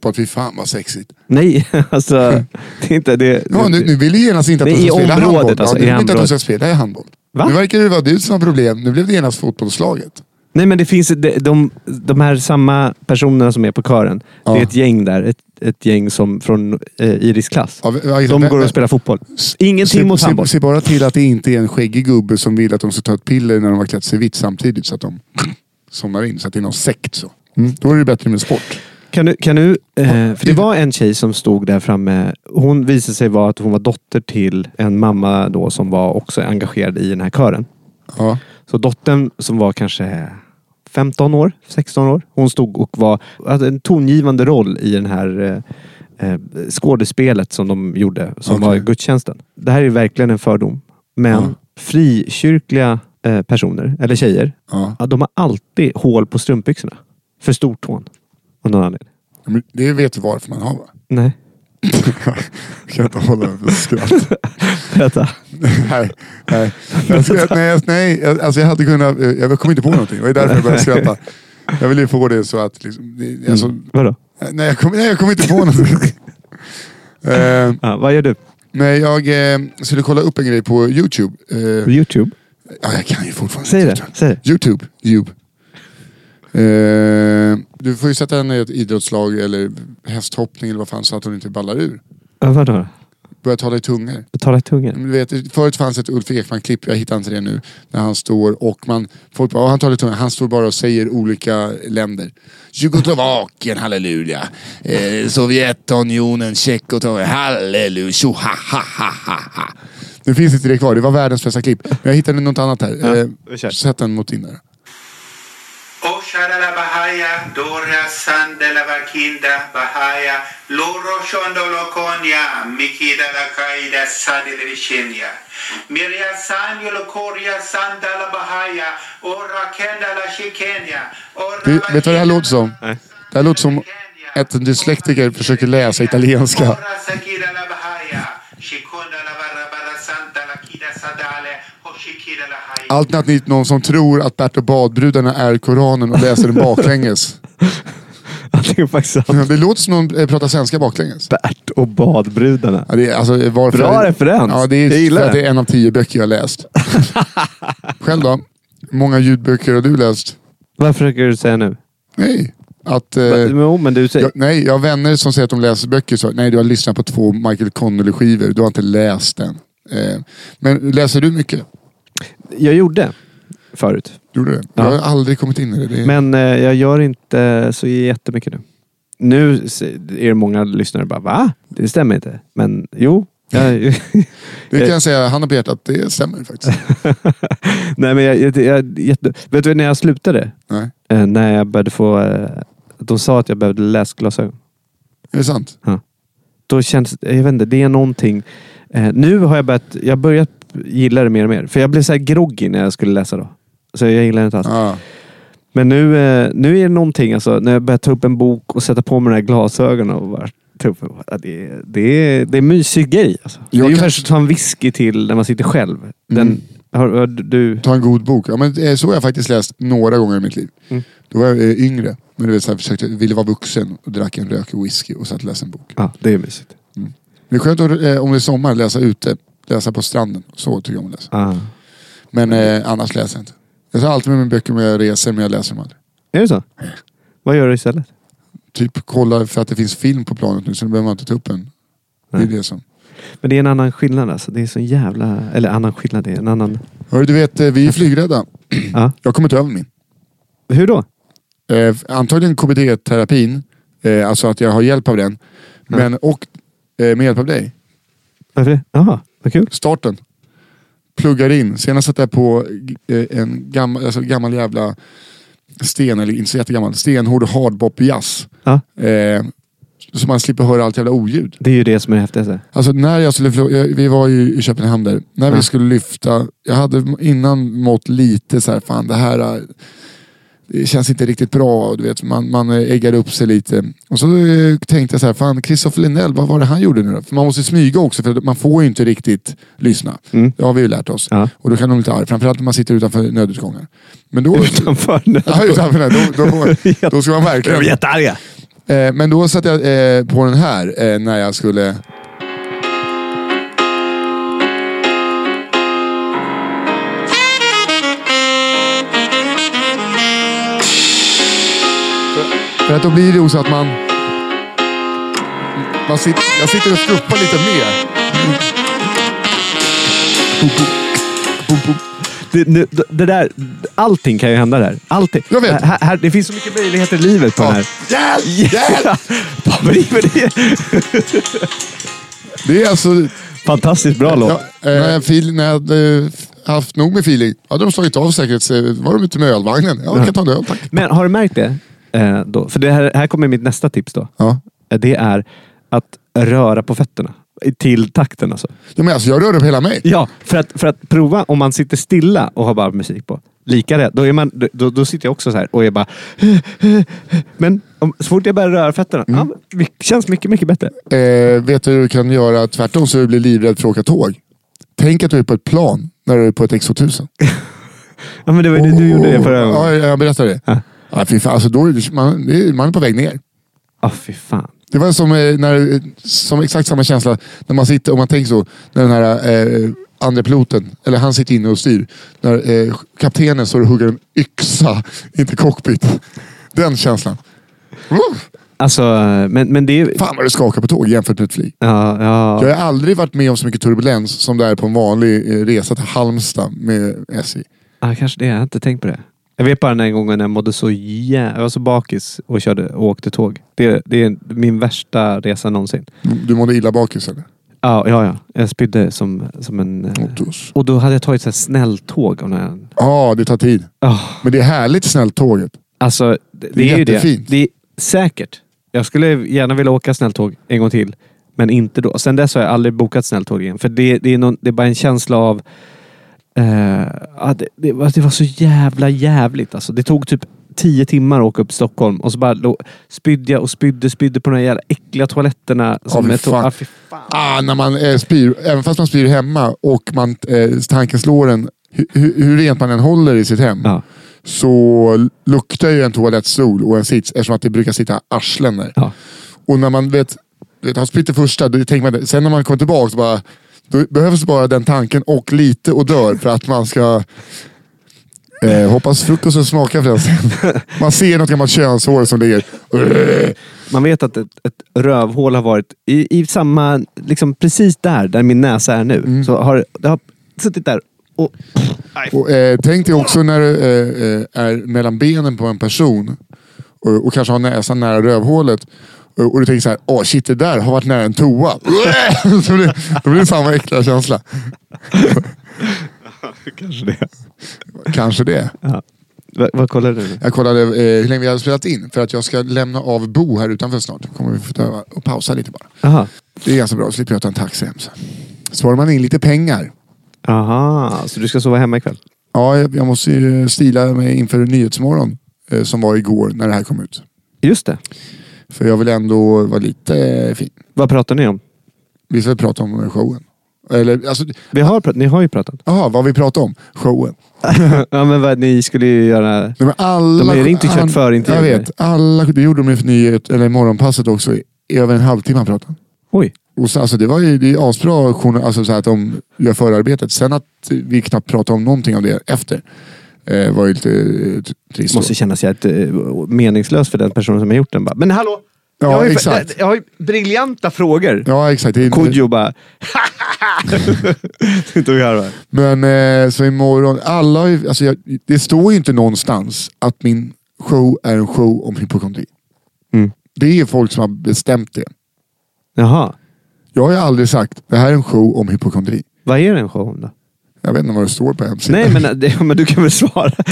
Speaker 1: På att fy fan vad sexigt.
Speaker 2: Nej, alltså. Det är inte det.
Speaker 1: Ja, nu, nu vill du genast inte att
Speaker 2: Det är
Speaker 1: de ska
Speaker 2: i
Speaker 1: spela
Speaker 2: området,
Speaker 1: handboll.
Speaker 2: alltså,
Speaker 1: ja, nu
Speaker 2: i
Speaker 1: vill inte att de
Speaker 2: området.
Speaker 1: ska spela i handboll.
Speaker 2: Va?
Speaker 1: Nu verkar det vara du som har problem. Nu blev det genast fotbollslaget.
Speaker 2: Nej, men det finns de, de, de här samma personerna som är på kören. Det
Speaker 1: Ja.
Speaker 2: är ett gäng där. Ett, ett gäng som från eh, Iris klass.
Speaker 1: Ja, vi- ja, exakt.
Speaker 2: De
Speaker 1: Men-
Speaker 2: går
Speaker 1: men-
Speaker 2: och spelar fotboll.
Speaker 1: S-
Speaker 2: Ingenting
Speaker 1: se,
Speaker 2: mot
Speaker 1: se,
Speaker 2: handboll.
Speaker 1: se bara till att det inte är en skäggig gubbe som vill att de ska ta ett piller när de har klätt sig vitt samtidigt så att de somnar in. Så att det är någon sekt så. Mm. Då är det bättre med sport.
Speaker 2: Kan du, kan du, eh, för
Speaker 1: det-
Speaker 2: det var en tjej som stod där framme. Hon visade sig vara att hon var dotter till en mamma då som var också engagerad i den här kören.
Speaker 1: Ja.
Speaker 2: Så dottern som var kanske 15 år, 16 år. Hon stod och var, hade en tongivande roll i den här eh, eh, skådespelet som de gjorde. Som
Speaker 1: Okej.
Speaker 2: var gudstjänsten. Det här är ju verkligen en fördom. Men
Speaker 1: Ja.
Speaker 2: frikyrkliga eh, personer, eller tjejer,
Speaker 1: ja.
Speaker 2: ja, de har alltid hål på strumpbyxorna. För stortån. Av någon anledning.
Speaker 1: Men det vet du varför man har va?
Speaker 2: Nej.
Speaker 1: Jag kan inte hålla mig för skratt.
Speaker 2: Berätta.
Speaker 1: nej, nej. Jag, skulle- nej, jag- nej jag- alltså jag hade kunnat, eh, jag kom inte på någonting. Det var ju därför jag började skratta. Jag ville ju få det så att liksom, det- alltså,
Speaker 2: Vadå?
Speaker 1: nej, jag kom, nej jag kom inte på någonting. Eh,
Speaker 2: Ja, vad gör du?
Speaker 1: nej, jag eh, skulle kolla upp en grej på Youtube. Eh,
Speaker 2: På Youtube?
Speaker 1: Ja, jag kan ju fortfarande
Speaker 2: Säg
Speaker 1: inte
Speaker 2: det.
Speaker 1: uttala.
Speaker 2: Säg det.
Speaker 1: Youtube. Youtube. Eh, du får ju sätta henne i ett idrottslag eller hästhoppning eller vad fan så att hon inte ballar ur.
Speaker 2: Ja, vadå?
Speaker 1: Börja tala i tungor.
Speaker 2: Tala i tungan.
Speaker 1: Men Du vet, förut fanns ett Ulf Ekman-klipp, jag hittar inte det nu, när han står och man, folk bara, "Åh, han talar tunga, han står bara och säger olika länder. Tjeckoslovakien, halleluja. Eh, Sovjetunionen, Tjeckoslovakien, halleluja, tjo, ha, ha, ha, ha, ha. Nu finns inte det kvar, det var världens bästa klipp. Men jag hittade något annat här.
Speaker 2: vi
Speaker 1: eh,
Speaker 2: kör.
Speaker 1: sätt den mot din där.
Speaker 4: O sharala bahaya, dora sandela vakinda bahaya, loro shondolo konya, mikida la kaida sadele vishenya. Miria sanyo lo koria sandala bahaya, ora kenda la shikenya, ora
Speaker 1: Du, vet du vad det här låter som? Det här låter som att en dyslektiker försöker läsa italienska.
Speaker 4: Ora sakida la bahaya, shikonda la barra barra santa la kida sadale, o shikida la haya.
Speaker 1: Alternativt någon som tror att Bert och badbrudarna är Koranen och läser den baklänges.
Speaker 2: Ja, det är faktiskt sant.
Speaker 1: Ja, Det låter som någon eh, pratar svenska baklänges.
Speaker 2: Bert och badbrudarna.
Speaker 1: Ja, det är, alltså, varför,
Speaker 2: Bra referens.
Speaker 1: Ja, det är,
Speaker 2: Jag gillar
Speaker 1: för att
Speaker 2: det.
Speaker 1: det är en av tio böcker jag har läst. Själv då? Hur många ljudböcker har du läst?
Speaker 2: Vad försöker du säga nu?
Speaker 1: Nej. Att, eh,
Speaker 2: Jo, men du säger...
Speaker 1: jag, nej, jag har vänner som säger att de läser böcker. Så, nej, du har lyssnat på två Michael Connolly-skivor. Du har inte läst den. Eh, men läser du mycket?
Speaker 2: Jag gjorde förut.
Speaker 1: Gjorde du det?
Speaker 2: Ja.
Speaker 1: Jag har aldrig kommit in i det. det är,
Speaker 2: Men eh, jag gör inte så jättemycket nu. Nu se- är det många lyssnare bara va? Det stämmer inte. Men jo. Jag,
Speaker 1: det
Speaker 2: eh,
Speaker 1: kan jag säga, handen på hjärtat, det stämmer faktiskt.
Speaker 2: nej men jag, jag, jag, jätte, vet du när jag slutade?
Speaker 1: nej.
Speaker 2: Eh, när jag började få... Eh, de sa att jag behövde läsglasögon.
Speaker 1: Är det sant?
Speaker 2: Då känns Jag vet inte, det är någonting. Eh, nu har jag börjat, jag har börjat gilla det mer och mer. För jag blev så här groggy när jag skulle läsa då. Så jag gillar det inte alls.
Speaker 1: Ja.
Speaker 2: alltså, Men nu, eh, nu är det någonting, alltså, när jag börjar ta upp en bok och sätta på mig de här glasögonen och bara Tuppen. Ja, Det, är- det, är, det är mysig grej. Alltså. Det är
Speaker 1: Jag kan- Mm.
Speaker 2: ungefär som att ta en whisky till när man sitter själv. Den, har, har du...
Speaker 1: Ta en god bok. Ja, men eh, så har jag faktiskt läst några gånger i mitt liv. Då var jag eh, yngre. Men du vet, så här, försökte, ville vara vuxen och drack en rökig whisky och satt och läste en bok.
Speaker 2: Ja, det är mysigt.
Speaker 1: Det är skönt att, eh, om det är sommar läsa ute. Läsa på stranden. Så tycker jag om att läsa.
Speaker 2: Ah.
Speaker 1: Men eh, annars läser jag inte. Jag tar alltid med mig böcker när jag reser men jag läser dem aldrig.
Speaker 2: Är det så? Vad gör du istället?
Speaker 1: Typ kollar för att det finns film på planet nu så nu behöver man inte ta upp en. Det är
Speaker 2: Nej.
Speaker 1: det som...
Speaker 2: Men det är en annan skillnad alltså. Det är så jävla... Eller annan skillnad. Det är en annan...
Speaker 1: Hörru du vet, eh, vi är flygrädda.
Speaker 2: Ja.
Speaker 1: Jag har kommit över min.
Speaker 2: Hur då?
Speaker 1: Eh, antagligen KBT-terapin. Eh, alltså att jag har hjälp av den. Men, och eh, med hjälp av dig.
Speaker 2: Varför det? Jaha, vad kul.
Speaker 1: starten. Pluggar in. Senast satt jag på eh, en gammal, alltså gammal jävla sten, eller inte så jättegammal, stenhård hardbop-jazz.
Speaker 2: Ja,
Speaker 1: Eh, så man slipper höra allt jävla oljud.
Speaker 2: det är ju det som är det häftigaste.
Speaker 1: Alltså när jag skulle, fly- eh, vi var ju i Köpenhamn där. När vi
Speaker 2: Ja.
Speaker 1: skulle lyfta, jag hade innan mått lite så här, fan det här eh, det känns inte riktigt bra. Du vet, man, man eh, äggar upp sig lite. Och så eh, tänkte jag så här, fan Christopher Lindell, vad var det han gjorde nu då? För man måste smyga också för man får ju inte riktigt lyssna.
Speaker 2: Mm.
Speaker 1: Det har vi ju lärt oss.
Speaker 2: Ja.
Speaker 1: Och då kan de bli lite arg, framförallt när man sitter utanför nödutgångar. Men då...
Speaker 2: Utanför nu.
Speaker 1: Ja, utanför nöd, då, då, får- då ska man
Speaker 2: De är
Speaker 1: verkligen...
Speaker 2: jättearga.
Speaker 1: Eh, men då satte jag eh, på den här eh, när jag skulle... För- För att då blir det ju så att man... man sit, jag sitter och skuppar lite mer. Boop, boop. Boop, boop.
Speaker 2: Det, nu, d- det där, allting kan ju hända där. Allting.
Speaker 1: Jag vet.
Speaker 2: Här, här, det finns så mycket möjligheter i livet på den här.
Speaker 1: Hjälp! Hjälp!
Speaker 2: Vad driver det?
Speaker 1: Det är alltså...
Speaker 2: Fantastiskt bra låt.
Speaker 1: Ja, eh, när, jag fil, när jag hade eh, haft nog med feeling, hade de slagit av säkerhets... eh, Var de ute med ölvagnen? Ja, jag kan ta en öl tack.
Speaker 2: Men har du märkt det? Eh, då? För det här, här kommer mitt nästa tips då.
Speaker 1: Ja.
Speaker 2: Eh, Det är att röra på fötterna. I- Till takten alltså.
Speaker 1: Ja, men alltså, jag rör upp hela mig.
Speaker 2: Ja, för att, för att prova om man sitter stilla och har bara musik på. Lika rätt. Då, är man, då, då sitter jag också så här och är bara... Men om, så fort jag börjar röra fötterna, ja, det känns mycket, mycket bättre.
Speaker 1: Eh, vet du hur du kan göra tvärtom så du blir livrädd för att åka tåg? Tänk att du är på ett plan när du är på ett X2000.
Speaker 2: Ja, men det var ju det du gjorde det förra gången.
Speaker 1: Ja, jag berättade det.
Speaker 2: Ja.
Speaker 1: Ja, fy fan, alltså, då är det, man, det är, man är på väg ner.
Speaker 2: Ja, Ah, fy fan.
Speaker 1: Det var som, eh, när, som exakt samma känsla när man sitter, om man tänker så, när den här eh, andra piloten, eller han sitter inne och styr. När eh, kaptenen står och hugger en yxa, inte cockpit. Den känslan. Uh,
Speaker 2: Alltså, men, men det är ju...
Speaker 1: fan vad det skakar på tåg jämfört med ett flyg.
Speaker 2: Ja, ja.
Speaker 1: Jag har aldrig varit med om så mycket turbulens som det är på en vanlig eh, resa till Halmstad med SJ.
Speaker 2: ja, kanske det. Jag har inte tänkt på det. Jag vet bara den här gången när jag mådde så jävla... Jag var så bakis och, körde, och åkte tåg. Det, det är min värsta resa någonsin.
Speaker 1: Du mådde illa bakis eller?
Speaker 2: Ja, ja, ja. Jag spydde som, som en... eh,
Speaker 1: Otus.
Speaker 2: Och då hade jag tagit så här snälltåg. Av någon...
Speaker 1: Ja, det tar tid.
Speaker 2: oh,
Speaker 1: Men det är härligt snällt tåget.
Speaker 2: alltså, det,
Speaker 1: Det är
Speaker 2: det är ju det.
Speaker 1: jättefint.
Speaker 2: Det är säkert. Jag skulle gärna vilja åka snälltåg en gång till. Men inte då. Sen dess har jag aldrig bokat snälltåg igen. För det, det, är, någon, det är bara en känsla av... eh, att det, det, var, det var så jävla jävligt. Alltså, det tog typ tio timmar att åka upp till Stockholm. Och så bara lå- spydde jag och spydde, spydde på de här jävla äckliga toaletterna.
Speaker 1: fy
Speaker 2: är to-
Speaker 1: fan.
Speaker 2: Ja, fy fan.
Speaker 1: Ah, när man eh, spyr, även fast man spyr hemma och man, eh, tanken slår en, hu- hu- hur rent man än håller i sitt hem,
Speaker 2: Ja.
Speaker 1: så luktar ju en toalettstol och en sits eftersom att det brukar sitta arslen där.
Speaker 2: Ja.
Speaker 1: Och när man vet, vet, har spytt det första, då tänker man, sen när man kommer tillbaka så bara, då behövs bara den tanken och lite och dör för att man ska Eh, hoppas frukosten smakar förresten. Man ser något gammalt könshår som ligger.
Speaker 2: Man vet att ett, ett rövhål har varit i, i samma, liksom precis där, där min näsa är nu.
Speaker 1: Mm.
Speaker 2: Så har det har suttit där och...
Speaker 1: Och, eh, tänk dig också när du eh, eh, är mellan benen på en person och, och kanske har näsan nära rövhålet. Och, och du tänker så här, åh shit det där har varit nära en toa. så blir, då blir det samma äckliga känsla.
Speaker 2: Kanske det.
Speaker 1: Kanske det.
Speaker 2: Va, vad kollar du nu?
Speaker 1: Jag kollade eh, hur länge vi hade spelat in för att jag ska lämna av Bo här utanför snart. Kommer vi få ta och pausa lite bara.
Speaker 2: Aha.
Speaker 1: Det är ganska bra, slipper jag ta en taxi hem sen. Sparar man in lite pengar.
Speaker 2: Aha, så du ska sova hemma ikväll?
Speaker 1: Ja, jag, jag måste ju stila mig inför Nyhetsmorgon eh, som var igår när det här kom ut.
Speaker 2: Just det.
Speaker 1: För jag vill ändå vara lite eh, fin.
Speaker 2: Vad pratar ni om?
Speaker 1: Vi ska prata om showen. Eller alltså,
Speaker 2: Vi har prat- ni har ju pratat.
Speaker 1: jaha, vad vi pratar om? Showen.
Speaker 2: ja, men vad, ni skulle ju göra...
Speaker 1: Nej, men alla,
Speaker 2: De har ju ringt och kört
Speaker 1: han- Jag
Speaker 2: förintervjuer.
Speaker 1: vet. Alla, det gjorde de ju för nyhet, eller morgonpasset också. I över en halvtimme han pratade.
Speaker 2: Oj.
Speaker 1: Och sen, alltså, det var ju det är asbra journal, alltså, så här att de gör förarbetet. Sen att vi knappt pratade om någonting av det efter. Eh, var ju lite eh, t- trist.
Speaker 2: måste kännas jävligt eh, meningslöst för den personen som har gjort den. Bara, men hallå!
Speaker 1: Ja,
Speaker 2: jag, har ju,
Speaker 1: exakt.
Speaker 2: jag har ju briljanta frågor.
Speaker 1: Ja exakt. Det är inte-
Speaker 2: Kodjo bara... Sitter och garvar.
Speaker 1: Men eh, så imorgon, alla har ju- alltså jag, det står ju inte någonstans att min show är en show om hypokondri.
Speaker 2: Mm.
Speaker 1: Det är ju folk som har bestämt det.
Speaker 2: Jaha.
Speaker 1: Jag har ju aldrig sagt, det här är en show om hypokondri.
Speaker 2: Vad är den showen då?
Speaker 1: Jag vet inte vad det står på hemsidan.
Speaker 2: Nej, men, eh, det, men du kan väl svara.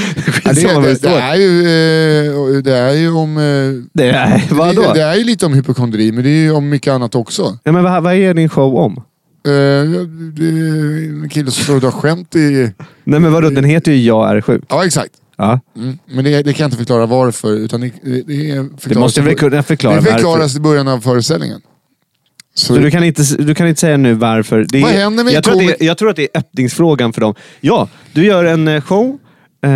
Speaker 1: Ja, det,
Speaker 2: Skitsamma vad
Speaker 1: det,
Speaker 2: det,
Speaker 1: det,
Speaker 2: står.
Speaker 1: är ju, eh, det är ju om... Eh,
Speaker 2: Det är, vadå?
Speaker 1: Det, det är ju lite om hypokondri, men det är ju om mycket annat också.
Speaker 2: Ja, men vad, vad är din show om?
Speaker 1: Eh, det är en kille som står och drar skämt i...
Speaker 2: Nej men
Speaker 1: Mm.
Speaker 2: vadå, den heter ju Jag är sjuk.
Speaker 1: Ja, exakt.
Speaker 2: Ja.
Speaker 1: Mm. Men det, det kan jag inte förklara varför. Utan det, det, det, är
Speaker 2: Det
Speaker 1: förklaras-
Speaker 2: måste väl kunna förklara
Speaker 1: Det
Speaker 2: varför.
Speaker 1: förklaras i början av föreställningen. Så,
Speaker 2: Så du kan, inte, du kan inte säga nu varför. Det är,
Speaker 1: Vad händer med
Speaker 2: jag, tror att det
Speaker 1: komik-
Speaker 2: är, jag tror att det är öppningsfrågan för dem. Ja, du gör en eh, show. Eh,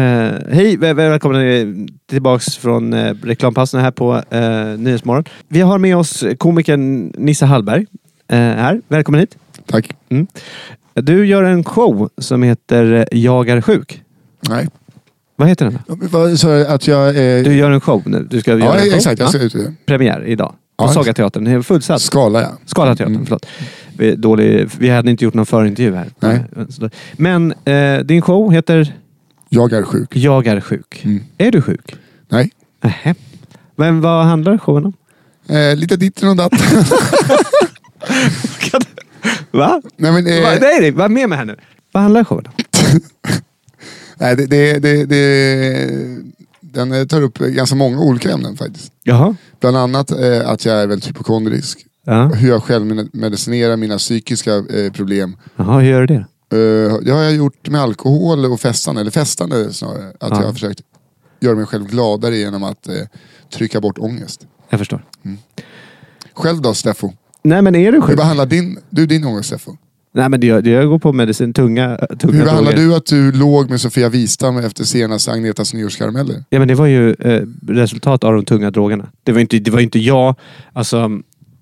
Speaker 2: hej, väl- välkomna eh, tillbaks från eh, reklampassen här på uh, Nyhetsmorgon. Vi har med oss komikern Nisse Hallberg eh, här. Välkommen hit.
Speaker 1: Tack.
Speaker 2: Du gör en show som heter eh, Jag är sjuk.
Speaker 1: Nej.
Speaker 2: Vad heter den? då?
Speaker 1: Vad sa du? Att jag... Eh,
Speaker 2: Du gör en show nu. Du ska göra
Speaker 1: ja,
Speaker 2: en show.
Speaker 1: exakt. Jag
Speaker 2: Ja.
Speaker 1: ser ut i det.
Speaker 2: Premiär idag.
Speaker 1: Ja,
Speaker 2: På
Speaker 1: exakt.
Speaker 2: Sagateatern. Det är Fullsatt.
Speaker 1: Skala, ja.
Speaker 2: Scalateatern,
Speaker 1: Mm.
Speaker 2: förlåt. Vi, är dålig, vi hade inte gjort någon förintervju här.
Speaker 1: Nej.
Speaker 2: Så då- Men eh, din show heter
Speaker 1: Jag är sjuk.
Speaker 2: Jag är sjuk.
Speaker 1: Mm.
Speaker 2: Är du sjuk?
Speaker 1: Nej.
Speaker 2: Nähä. Men vad handlar showen om?
Speaker 1: Eh, lite ditten och datten.
Speaker 2: Va?
Speaker 1: nej, men,
Speaker 2: Va?
Speaker 1: eh,
Speaker 2: Nej, nej, var med mig här nu. Vad handlar showen om?
Speaker 1: nej, det, det, det, det, den eh, tar upp ganska många olika ämnen faktiskt.
Speaker 2: Jaha.
Speaker 1: Bland annat eh, att jag är väldigt hypokondrisk.
Speaker 2: Ja.
Speaker 1: Hur jag själv medicinerar mina psykiska eh, problem.
Speaker 2: Jaha, hur gör du det?
Speaker 1: Eh, det har jag gjort med alkohol och festande, eller festande snarare. Att jag har försökt göra mig själv gladare genom att eh, trycka bort ångest.
Speaker 2: Jag förstår.
Speaker 1: Själv då Steffo?
Speaker 2: Nej, men är du
Speaker 1: Hur
Speaker 2: sjuk?
Speaker 1: behandlar din, du din ångest Steffo?
Speaker 2: Nej, men det gör, det gör jag går på medicin. Tunga, tunga
Speaker 1: Hur behandlar
Speaker 2: droger.
Speaker 1: du att du låg med Sofia Wistam efter senaste Agnetas nyårskarameller?
Speaker 2: Ja, men det var ju eh, resultat av de tunga drogerna. Det var ju inte, det var ju inte jag. Alltså,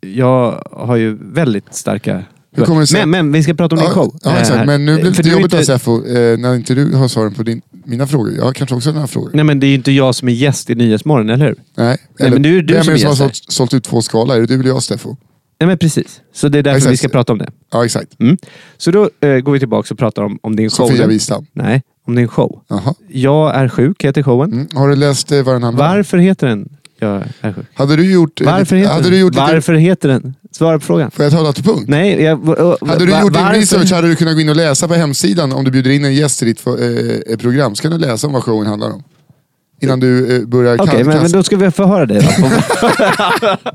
Speaker 2: jag har ju väldigt starka...
Speaker 1: Hur kommer det sig-
Speaker 2: men, men vi ska prata om din
Speaker 1: Ja,
Speaker 2: show.
Speaker 1: ja,
Speaker 2: eh,
Speaker 1: exakt.
Speaker 2: här.
Speaker 1: Men nu blir det lite
Speaker 2: För du är
Speaker 1: jobbigt här Steffo, eh, när inte du har svaren på din, mina frågor. Jag har kanske också några frågor.
Speaker 2: Nej, men det är ju inte jag som är gäst i Nyhetsmorgon, eller hur?
Speaker 1: Nej,
Speaker 2: Nej, men nu är det du
Speaker 1: vem
Speaker 2: som
Speaker 1: är det som har
Speaker 2: gästar.
Speaker 1: sålt, sålt ut två skala? Är det du eller jag Steffo?
Speaker 2: Nej, men precis. Så det är därför
Speaker 1: Exakt.
Speaker 2: vi ska prata om det.
Speaker 1: Ja, exakt.
Speaker 2: Mm. Så då eh, går vi tillbaka och pratar om, om din show.
Speaker 1: Sofia
Speaker 2: nu.
Speaker 1: Wistam.
Speaker 2: Nej, om din show.
Speaker 1: Jaha.
Speaker 2: Jag är sjuk heter showen.
Speaker 1: Mm. Har du läst eh, varannan man?
Speaker 2: Varför heter den Jag är sjuk?
Speaker 1: Hade du gjort... eh,
Speaker 2: Varför heter,
Speaker 1: hade
Speaker 2: den?
Speaker 1: du gjort lite-
Speaker 2: varför heter den? Svara på frågan.
Speaker 1: Får jag tala till punkt?
Speaker 2: Nej, jag...
Speaker 1: Hade du
Speaker 2: va-
Speaker 1: gjort din
Speaker 2: varför-
Speaker 1: research hade du kunnat gå in och läsa på hemsidan om du bjuder in en gäst i ditt eh, eh, program. Så kan du läsa om vad showen handlar om. Innan du eh, börjar
Speaker 2: Okej,
Speaker 1: kall-
Speaker 2: men, men
Speaker 1: kasta-
Speaker 2: då ska vi få höra dig. då.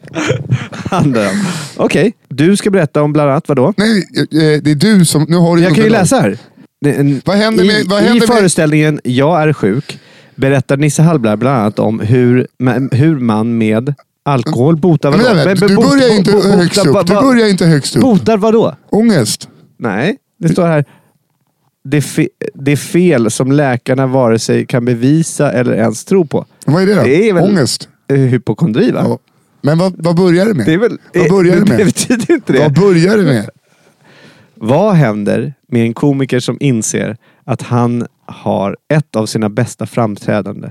Speaker 2: Handlar om. Okej, du ska berätta om bland annat vadå?
Speaker 1: Nej, eh, det är du som... Nu har du
Speaker 2: Jag kan ju
Speaker 1: underlag.
Speaker 2: läsa här. Det är en-
Speaker 1: Vad händer med-
Speaker 2: I,
Speaker 1: vad händer
Speaker 2: i
Speaker 1: med-
Speaker 2: föreställningen Jag är sjuk berättar Nisse Hallberg bland annat om hur, men- hur man med alkohol botar
Speaker 1: Men,
Speaker 2: vadå?
Speaker 1: vänta,
Speaker 2: Men-
Speaker 1: du
Speaker 2: bo-
Speaker 1: börjar
Speaker 2: bo-
Speaker 1: inte
Speaker 2: bo-
Speaker 1: högst
Speaker 2: botar-
Speaker 1: upp. Du
Speaker 2: vad-
Speaker 1: börjar inte högst upp.
Speaker 2: Botar vadå?
Speaker 1: Ångest.
Speaker 2: Nej, det står här. Det, är fe, det är fel som läkarna vare sig kan bevisa eller ens tro på.
Speaker 1: Vad är det då?
Speaker 2: Det är väl-
Speaker 1: Ångest.
Speaker 2: Eh, Hypokondri va?
Speaker 1: Ja. Men vad, vad börjar det med?
Speaker 2: Det är väl... eh,
Speaker 1: Vad börjar det med?
Speaker 2: Det betyder inte det.
Speaker 1: Vad börjar det med?
Speaker 2: Vad händer med en komiker som inser att han har ett av sina bästa framträdande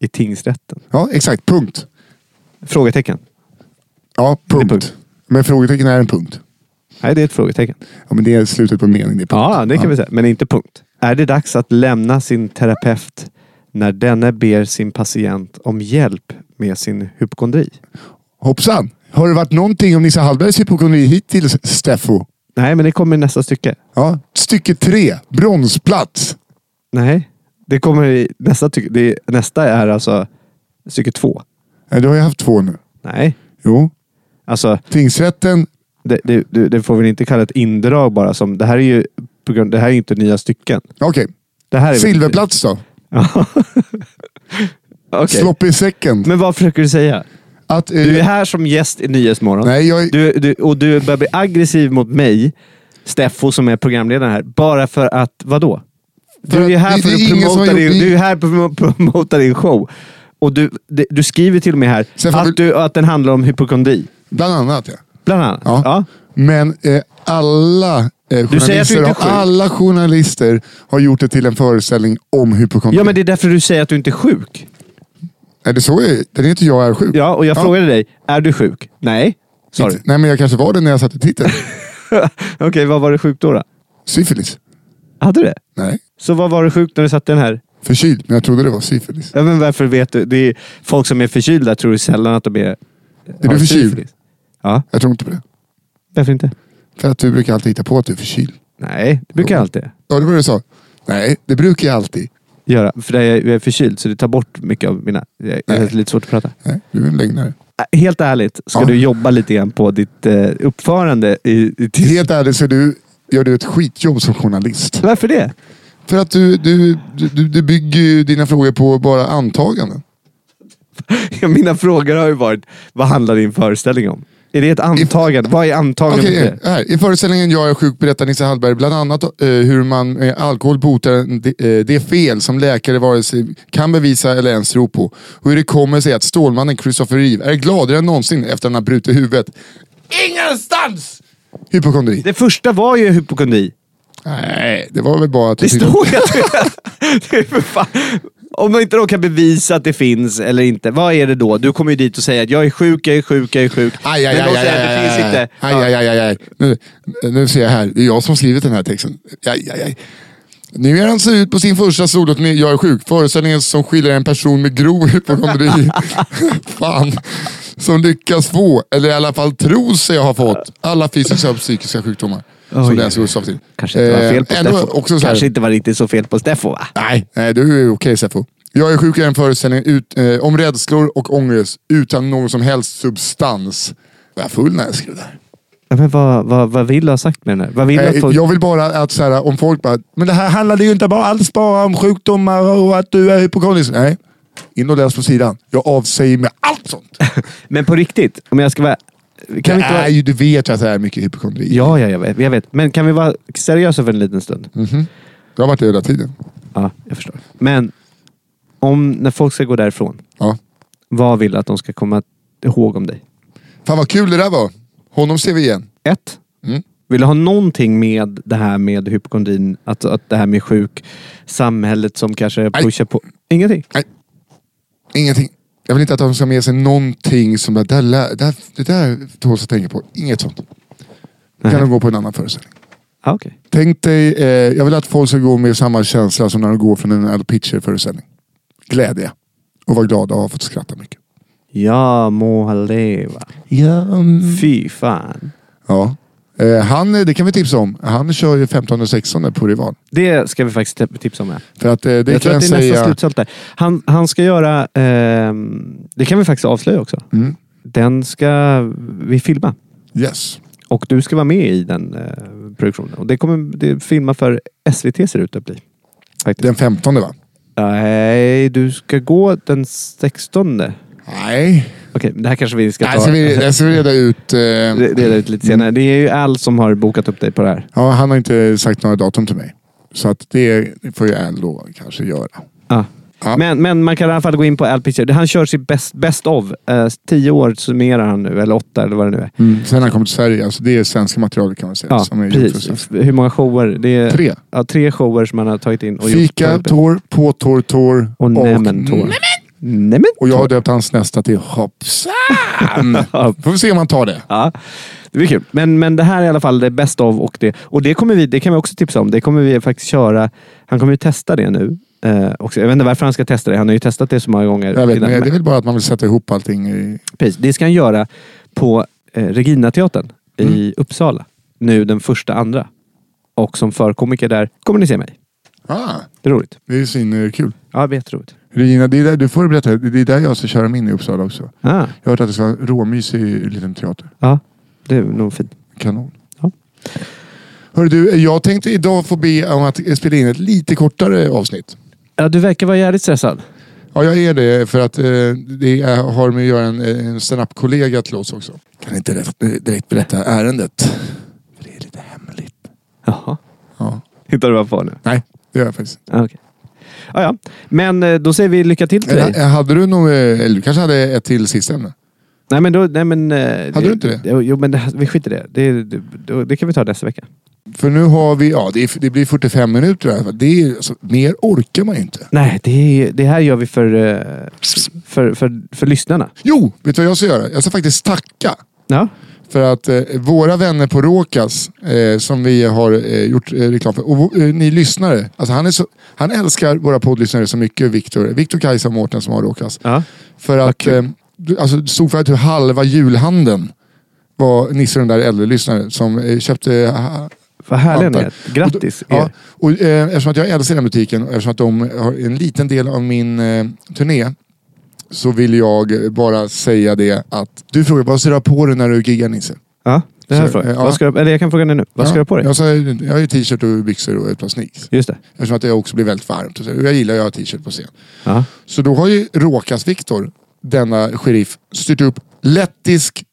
Speaker 2: i tingsrätten?
Speaker 1: Ja, exakt. Punkt.
Speaker 2: Frågetecken.
Speaker 1: Ja, punkt.
Speaker 2: punkt.
Speaker 1: Men frågetecken är en punkt.
Speaker 2: Nej, det är ett frågetecken.
Speaker 1: Ja, men det är slutet på en mening. Det är punkt.
Speaker 2: Ja, det kan vi säga. Men inte punkt. Är det dags att lämna sin terapeut när denne ber sin patient om hjälp med sin hypokondri?
Speaker 1: Hoppsan! Har det varit någonting om Nisse Hallbergs hypokondri hittills, Steffo?
Speaker 2: Nej, men det kommer i nästa stycke.
Speaker 1: Ja. Stycke tre, bronsplats.
Speaker 2: Nej, det kommer i nästa stycke. Det, nästa är alltså stycke två.
Speaker 1: Nej, du har ju haft två nu.
Speaker 2: Nej,
Speaker 1: Jo.
Speaker 2: alltså
Speaker 1: Tingsrätten.
Speaker 2: det, det, det det får vi inte kalla ett indrag bara som... Det här är ju på grund, det här är ju inte nya stycken.
Speaker 1: Okej.
Speaker 2: Det här är
Speaker 1: Silverplats då?
Speaker 2: Okej.
Speaker 1: Sloppy second.
Speaker 2: Men vad försöker du säga?
Speaker 1: Att, eh,
Speaker 2: Du är här som gäst i Nyhetsmorgon.
Speaker 1: Nej, jag-
Speaker 2: du, du, och du börjar bli aggressiv mot mig, Steffo som är programledaren här, bara för att, vadå?
Speaker 1: För
Speaker 2: Du är ju
Speaker 1: att
Speaker 2: här
Speaker 1: det-
Speaker 2: för
Speaker 1: det är
Speaker 2: att
Speaker 1: ingen som har
Speaker 2: promota
Speaker 1: gjort-
Speaker 2: din, du är här för att promota din show. Och du, det- du skriver till och med här
Speaker 1: Sen får
Speaker 2: att,
Speaker 1: vi-
Speaker 2: du, att den handlar om hypokondri.
Speaker 1: Bland annat ja.
Speaker 2: Bland annat.
Speaker 1: Ja.
Speaker 2: Ja.
Speaker 1: Men eh, alla, eh,
Speaker 2: Du säger att du
Speaker 1: journalister,
Speaker 2: inte
Speaker 1: har-
Speaker 2: är sjuk.
Speaker 1: alla journalister har gjort det till en föreställning om hypokondri.
Speaker 2: ja, men det är därför du säger att du inte är sjuk.
Speaker 1: Är det så? jag- Det är inte jag är sjuk.
Speaker 2: Ja, och jag
Speaker 1: Ja.
Speaker 2: frågade dig, är du sjuk? Nej, sa du.
Speaker 1: Inte- Nej, men jag kanske var det när jag satte titeln.
Speaker 2: Okej, vad var du sjuk då, då?
Speaker 1: syfilis.
Speaker 2: Hade du det?
Speaker 1: Nej,
Speaker 2: Så vad var du sjuk när du satte den här?
Speaker 1: förkyld. Men jag trodde det var syfilis.
Speaker 2: Ja, men varför vet du? Det är folk som är förkylda tror du sällan att de är...
Speaker 1: Är
Speaker 2: har
Speaker 1: du förkyld?
Speaker 2: syfilis. Ja,
Speaker 1: Jag tror inte på det.
Speaker 2: varför inte?
Speaker 1: För att du brukar alltid hitta på att du är förkyld.
Speaker 2: Nej, det brukar jag alltid
Speaker 1: Ja, det var det du sa. Nej, det brukar jag alltid.
Speaker 2: göra. För det är, jag är förkyld så det tar bort mycket av mina... Jag jag har
Speaker 1: Nej.
Speaker 2: lite svårt att prata.
Speaker 1: Nej, du är en lögnare.
Speaker 2: Äh, Helt ärligt, ska
Speaker 1: Ja.
Speaker 2: du jobba lite grann på ditt eh, uppförande i, i tills...
Speaker 1: Helt ärligt så är du, gör du ett skitjobb som journalist.
Speaker 2: Varför det?
Speaker 1: För att du, du, du, du bygger ju dina frågor på bara antaganden.
Speaker 2: Mina frågor har ju varit, vad handlar din föreställning om? Är det ett antagande? Vad är antagandet?
Speaker 1: Okej, här. I föreställningen Jag är sjuk berättar Nisse Hallberg bland annat eh, hur man med alkohol botar en de, eh, det fel som läkare vare sig kan bevisa eller ens tro på. Och hur det kommer sig att Stålmannen Christopher Reeve är gladare än någonsin efter att han har brutit huvudet. Ingenstans! Hypokondri.
Speaker 2: Det första var ju hypokondri.
Speaker 1: Nej, det var väl bara att...
Speaker 2: Det står ju att det är för fan. Om man inte då kan bevisa att det finns eller inte, vad är det då? Du kommer ju dit och säger att jag är sjuk, jag är sjuk, jag är sjuk.
Speaker 1: Aj, aj,
Speaker 2: Men de
Speaker 1: aj, aj,
Speaker 2: säger
Speaker 1: aj,
Speaker 2: att det
Speaker 1: aj,
Speaker 2: finns
Speaker 1: aj,
Speaker 2: inte.
Speaker 1: aj, aj, aj, aj, aj. Nu, nu ser jag här, det är jag som har skrivit den här texten. Aj, aj, aj. Nu ger han sig ut på sin första soloturnné, Jag är sjuk. Föreställningen som skiljer en person med grov hypokondri. Fan. Som lyckas få, eller i alla fall tror sig ha fått, alla fysiska och psykiska sjukdomar. som
Speaker 2: Oj.
Speaker 1: läser hos Softin.
Speaker 2: Kanske inte var fel på
Speaker 1: Eh, ändå
Speaker 2: Steffo.
Speaker 1: också så här,
Speaker 2: Kanske inte var riktigt så fel på Steffo va?
Speaker 1: Nej, nej, du är okej Seffo. Jag är sjuk i en föreställning ut, eh, om rädslor och ångest utan någon som helst substans. Var jag full när jag skrev det här?
Speaker 2: Ja, men vad, vad, vad vill du ha sagt med den här? Vad vill du att
Speaker 1: Eh,
Speaker 2: folk...
Speaker 1: Jag vill bara att så här, om folk bara, men det här handlade ju inte bara, alls bara om sjukdomar och att du är hypokondrisk. Nej, in och läs på sidan. Jag avsäger mig allt sånt.
Speaker 2: Men på riktigt, om jag ska vara... Kan vi inte vara...
Speaker 1: Nej, ju, du vet ju att det är mycket hypokondri.
Speaker 2: Ja, ja, jag vet, jag vet. Men kan vi vara seriösa för en liten stund?
Speaker 1: Mm. Jag har varit det hela tiden.
Speaker 2: Ja, jag förstår. Men om, när folk ska gå därifrån,
Speaker 1: Ja.
Speaker 2: vad vill du att de ska komma ihåg om dig?
Speaker 1: Fan vad kul det där var. Honom ser vi igen.
Speaker 2: Ett.
Speaker 1: Mm.
Speaker 2: Vill du ha någonting med det här med hypokondrin, att, att det här med sjuk, samhället som kanske
Speaker 1: Nej.
Speaker 2: pushar på? Ingenting?
Speaker 1: Ingenting. Jag vill inte att de ska ha med sig någonting som det där, lä- det där, det där tåls att tänka på. Inget sånt. Då kan
Speaker 2: Nej.
Speaker 1: de gå på en annan föreställning.
Speaker 2: Ah, okej.
Speaker 1: Tänk dig, eh, jag vill att folk ska gå med samma känsla som när de går från en Al Pitcher-föreställning. Glädje. Och vara glada och ha fått skratta mycket.
Speaker 2: Ja, må han leva.
Speaker 1: Ja.
Speaker 2: Fy fan.
Speaker 1: ja. Eh, han, eh, det kan vi tipsa om. Han kör ju 15 och 16 på Rival.
Speaker 2: Det ska vi faktiskt te- tipsa om. Här.
Speaker 1: För att eh, det
Speaker 2: jag
Speaker 1: kan
Speaker 2: tror att
Speaker 1: jag
Speaker 2: det är nästan
Speaker 1: säga...
Speaker 2: slutsålt där. Han, han ska göra... ehm, det kan vi faktiskt avslöja också.
Speaker 1: Mm.
Speaker 2: Den ska vi filma.
Speaker 1: Yes.
Speaker 2: Och du ska vara med i den eh, produktionen. Och det kommer det filma för SVT ser det ut att bli. Faktiskt.
Speaker 1: Den 15 va?
Speaker 2: Nej, du ska gå den 16. Okej,
Speaker 1: Nej.
Speaker 2: men det här kanske vi ska ta
Speaker 1: Nej, ska vi, det ska vi reda ut. Eh,
Speaker 2: reda ut lite senare. Det är ju Al som har bokat upp dig på det här.
Speaker 1: ja, han har inte sagt några datum till mig. Så att det får ju Al då kanske göra.
Speaker 2: Ja.
Speaker 1: Ja.
Speaker 2: Men, men man kan i alla fall gå in på Al Pitcher. Han kör sitt best, best of. Eh, tio år summerar han nu, eller åtta eller vad det nu är.
Speaker 1: Mm. Sen han kom till Sverige, alltså det är svenska material kan man säga.
Speaker 2: Ja,
Speaker 1: som är gjort för Sverige.
Speaker 2: precis. Hur många shower? Det är,
Speaker 1: Tre.
Speaker 2: Ja, tre shower som han har tagit in. Och
Speaker 1: Fika,
Speaker 2: gjort.
Speaker 1: tår, påtår, tår
Speaker 2: och Nämen Tor. Nämen!
Speaker 1: Och jag har döpt hans nästa till Hoppsan. Får vi se om han tar det.
Speaker 2: Ja, det blir kul. Men, men det här är i alla fall det bästa av och det. Och det, kommer vi, det kan vi också tipsa om. Det kommer vi faktiskt köra. Han kommer ju testa det nu. Eh, också. Jag vet inte varför han ska testa det. Han har ju testat det så många gånger.
Speaker 1: Jag vet,
Speaker 2: innan.
Speaker 1: men det är väl bara att man vill sätta ihop allting. I...
Speaker 2: Precis. Det ska han göra på eh, Regina-teatern i Uppsala. Nu den första andra. Och som förkomiker där kommer ni se mig.
Speaker 1: Ah,
Speaker 2: Det är roligt.
Speaker 1: det är sin, eh, kul.
Speaker 2: Ja, det är jätteroligt.
Speaker 1: Regina, det är där, du får berätta. Det är där jag ska köra min i Uppsala också.
Speaker 2: Ah,
Speaker 1: Jag har hört att det ska vara en råmysig liten teater.
Speaker 2: ja, det är nog fint.
Speaker 1: Kanon.
Speaker 2: Ja.
Speaker 1: Hörru du, jag tänkte idag få be om att spela in ett lite kortare avsnitt.
Speaker 2: Ja, du verkar vara jävligt stressad.
Speaker 1: Ja, jag är det för att eh, det är, har med att göra en, eh, en standup-kollega till oss också. Kan inte rätt- direkt berätta ärendet. För det är lite hemligt.
Speaker 2: Jaha.
Speaker 1: Ja.
Speaker 2: Hittar du vad på nu?
Speaker 1: Nej, det gör jag faktiskt inte.
Speaker 2: Ah, Okej. Ah, ja. Men eh, då säger vi lycka till till dig.
Speaker 1: Eller, eh, Hade du nog, eh, eller du kanske hade ett till sista ämne?
Speaker 2: Nej men då... Nej, men, Hade
Speaker 1: du inte det?
Speaker 2: Jo, jo men det, vi skiter i det. Det, det, då- det kan vi ta nästa vecka.
Speaker 1: För nu har vi, ja det, är, det blir 45 minuter här. Det är, alltså, mer orkar man ju inte.
Speaker 2: Nej, det, är- det här gör vi för, eh, för, för, för lyssnarna.
Speaker 1: Jo, vet du vad jag ska göra? Jag ska faktiskt tacka.
Speaker 2: Ja.
Speaker 1: För att eh, våra vänner på Råkas, eh, som vi har eh, gjort eh, reklam för, och vå- eh, ni lyssnare. Alltså han, är så, han älskar våra poddlyssnare så mycket, Viktor. Viktor, Kajsa och Mårten som har Råkas.
Speaker 2: ja.
Speaker 1: För att, eh, du- alltså, det stod för att typ halva julhandeln var Nisse och den där äldre lyssnaren som eh, köpte eh,
Speaker 2: Vad härliga ni är.
Speaker 1: Antar.
Speaker 2: Grattis
Speaker 1: Och, då-
Speaker 2: er.
Speaker 1: ja, och, eh, eftersom att jag älskar den butiken och eftersom att de har en liten del av min eh, turné så vill jag bara säga det att du frågar vad ska du ha på dig när du giggar Nisse?
Speaker 2: Ja, det här
Speaker 1: Så,
Speaker 2: frågar jag.
Speaker 1: ja.
Speaker 2: Vad ska du, eller jag kan fråga dig nu. Vad ska
Speaker 1: Ja,
Speaker 2: du ha på dig?
Speaker 1: Jag, sa, jag har ju t-shirt och byxor och ett par sneaks.
Speaker 2: Just det.
Speaker 1: Eftersom att det också blir väldigt varmt. Och så, och jag gillar att ha t-shirt på scen.
Speaker 2: Ja.
Speaker 1: Så då har ju Råkas Viktor, denna sheriff, styrt upp lettisk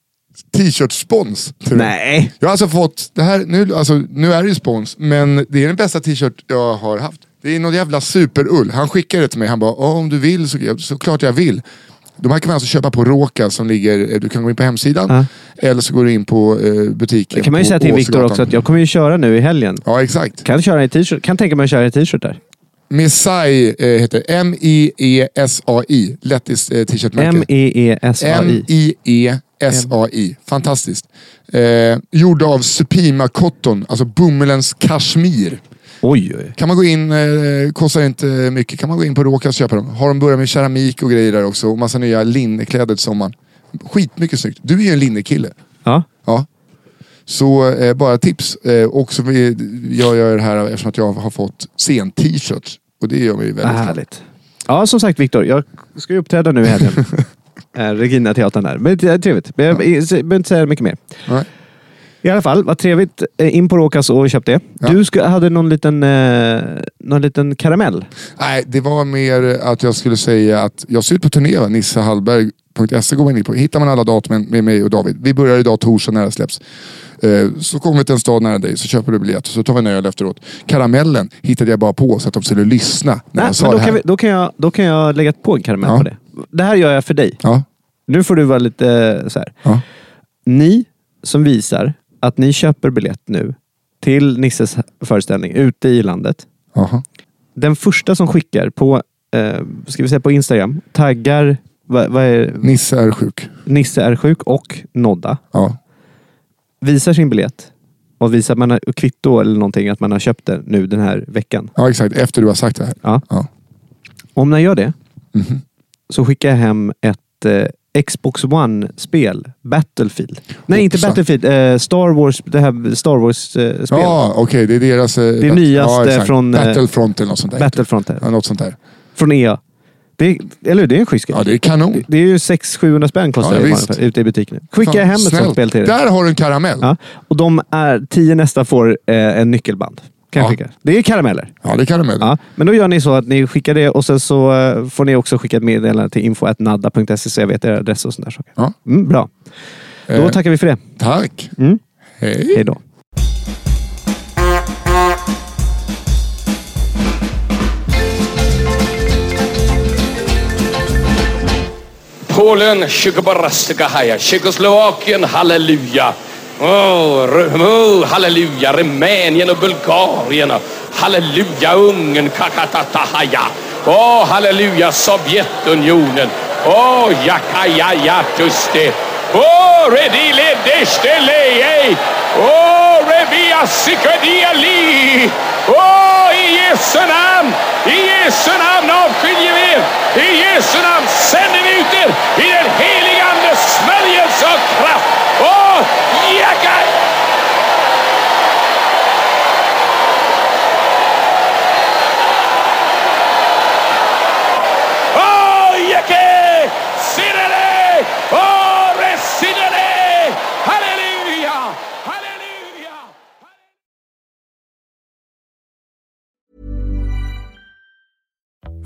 Speaker 1: t-shirt-spons. till mig.
Speaker 2: Nej.
Speaker 1: Jag har alltså fått, det här, nu, alltså, nu är det ju spons, men det är den bästa t-shirt jag har haft. Det är någon jävla superull. Han skickade det till mig. Han bara, "Ja, om du vill så jag- såklart jag vill. De här kan man alltså köpa på Råka som ligger, eh, du kan gå in på hemsidan.
Speaker 2: Ja.
Speaker 1: Eller så går du in på eh, butiken
Speaker 2: Det kan man ju
Speaker 1: på
Speaker 2: säga till Viktor
Speaker 1: Åsögatan.
Speaker 2: också att jag kommer ju köra nu i helgen.
Speaker 1: Ja, exakt.
Speaker 2: Kan, köra i t-shirt. kan tänka mig att köra i t-shirt där.
Speaker 1: Messiah eh, heter E M-I-E-S-A-I. Lettiskt eh, t-shirtmärke.
Speaker 2: E M-E-E-S-A-I.
Speaker 1: E- M-I-E-S-A-I. Fantastiskt. Eh, gjord av Supima Cotton, alltså bomullens kashmir.
Speaker 2: Oj, oj.
Speaker 1: Kan man gå in, eh, kostar inte mycket, kan man gå in på Råkas och köpa dem. Har de börjat med keramik och grejer där också och massa nya linnekläder till sommaren. Skitmycket snyggt. Du är ju en linnekille.
Speaker 2: Ja.
Speaker 1: Ja. Så eh, bara tips. Eh, och så vi, jag gör det här eftersom att jag har fått scen-t-shirts. Och det gör mig ju väldigt glad.
Speaker 2: Härligt. Äh, Ja, som sagt Viktor. Jag ska ju uppträda nu i helgen. Eh, Regina-teatern där. Men det är trevligt. Men Jag jag behöver inte säga mycket mer.
Speaker 1: Nej.
Speaker 2: I alla fall, vad trevligt. Eh, In på Råkas och köp det.
Speaker 1: Ja.
Speaker 2: Du ska, hade någon liten, eh, någon liten karamell.
Speaker 1: Nej, det var mer att jag skulle säga att jag ser ut på turné. va? Nissehallberg.se E går man in på. Hittar man alla datumen med mig och David. Vi börjar idag torsdag när det släpps. Eh, Så kommer vi till en stad nära dig, så köper du biljett och så tar vi en öl efteråt. Karamellen hittade jag bara på så att de skulle lyssna när
Speaker 2: Nej,
Speaker 1: jag sa
Speaker 2: men då,
Speaker 1: det här.
Speaker 2: kan vi, då, kan jag, då kan jag lägga på en karamell
Speaker 1: Ja.
Speaker 2: på det. Det här gör jag för dig.
Speaker 1: Ja,
Speaker 2: Nu får du vara lite eh, så här.
Speaker 1: ja.
Speaker 2: Ni som visar att ni köper biljett nu till Nisses föreställning ute i landet.
Speaker 1: Aha.
Speaker 2: Den första som skickar på, eh, ska vi säga på Instagram, taggar vad, vad är,
Speaker 1: Nisse är sjuk.
Speaker 2: Nisse är sjuk och Nodda.
Speaker 1: Ja.
Speaker 2: Visar sin biljett och visar att man har och kvitto eller någonting att man har köpt den nu den här veckan.
Speaker 1: ja, exakt. Efter du har sagt det här.
Speaker 2: Ja.
Speaker 1: Ja.
Speaker 2: Om ni gör det
Speaker 1: Mhm.
Speaker 2: så skickar jag hem ett eh, Xbox One-spel. Battlefield. Nej, inte
Speaker 1: Hoppsan.
Speaker 2: Battlefield. Eh, Star Wars. Det här Star eh, Wars-spelet.
Speaker 1: Ja, okej. Det är deras... eh, bat-
Speaker 2: nyaste
Speaker 1: exakt.
Speaker 2: från, eh,
Speaker 1: Battlefront eller något sånt där.
Speaker 2: Battlefront. Här.
Speaker 1: ja, något sånt där.
Speaker 2: Från EA. Det är, eller hur? Det är en schysst grej.
Speaker 1: Ja, det är kanon.
Speaker 2: Det är ju 600-700 spänn kostar
Speaker 1: Ja,
Speaker 2: det
Speaker 1: visst.
Speaker 2: ungefär ute i butiken. Skickar jag
Speaker 1: Fan,
Speaker 2: hem ett sånt
Speaker 1: snällt.
Speaker 2: spel till er.
Speaker 1: Där har du en karamell.
Speaker 2: Ja. Och de är, tio nästa får eh, en nyckelband. Kan jag
Speaker 1: Ja.
Speaker 2: skicka. Det är karameller.
Speaker 1: Ja, det kan du med.
Speaker 2: Ja, men då gör ni så att ni skickar det och sen så eh, får ni också skicka ett meddelande till info.nadda.se så jag vet er adress och sådana saker.
Speaker 1: Ja.
Speaker 2: Mm, bra. Då
Speaker 1: Eh.
Speaker 2: tackar vi för det.
Speaker 1: Tack.
Speaker 2: Mm.
Speaker 1: Hej.
Speaker 2: Hej då.
Speaker 5: Polen, Tjeckoslovakien, Tjeckoslovakien, halleluja. Oh, Ru- oh, halleluja, Rumänien och Bulgarien. Halleluja, Ungern, kakatatahaja. Åh, oh, halleluja, Sovjetunionen. Åh, oh, jakajaja, just det. Åh, oh, redile destelei. Åh, oh, revia sikadiali. Åh, oh, i Jesu namn, i Jesu namn avskiljer vi er. I Jesu namn sänder vi ut er i den heliga Andes smörjelse och kraft. Åh, jäklar! Åh, jäklar! Sinele! Åh, resinele! Halleluja! Halleluja!
Speaker 6: Flex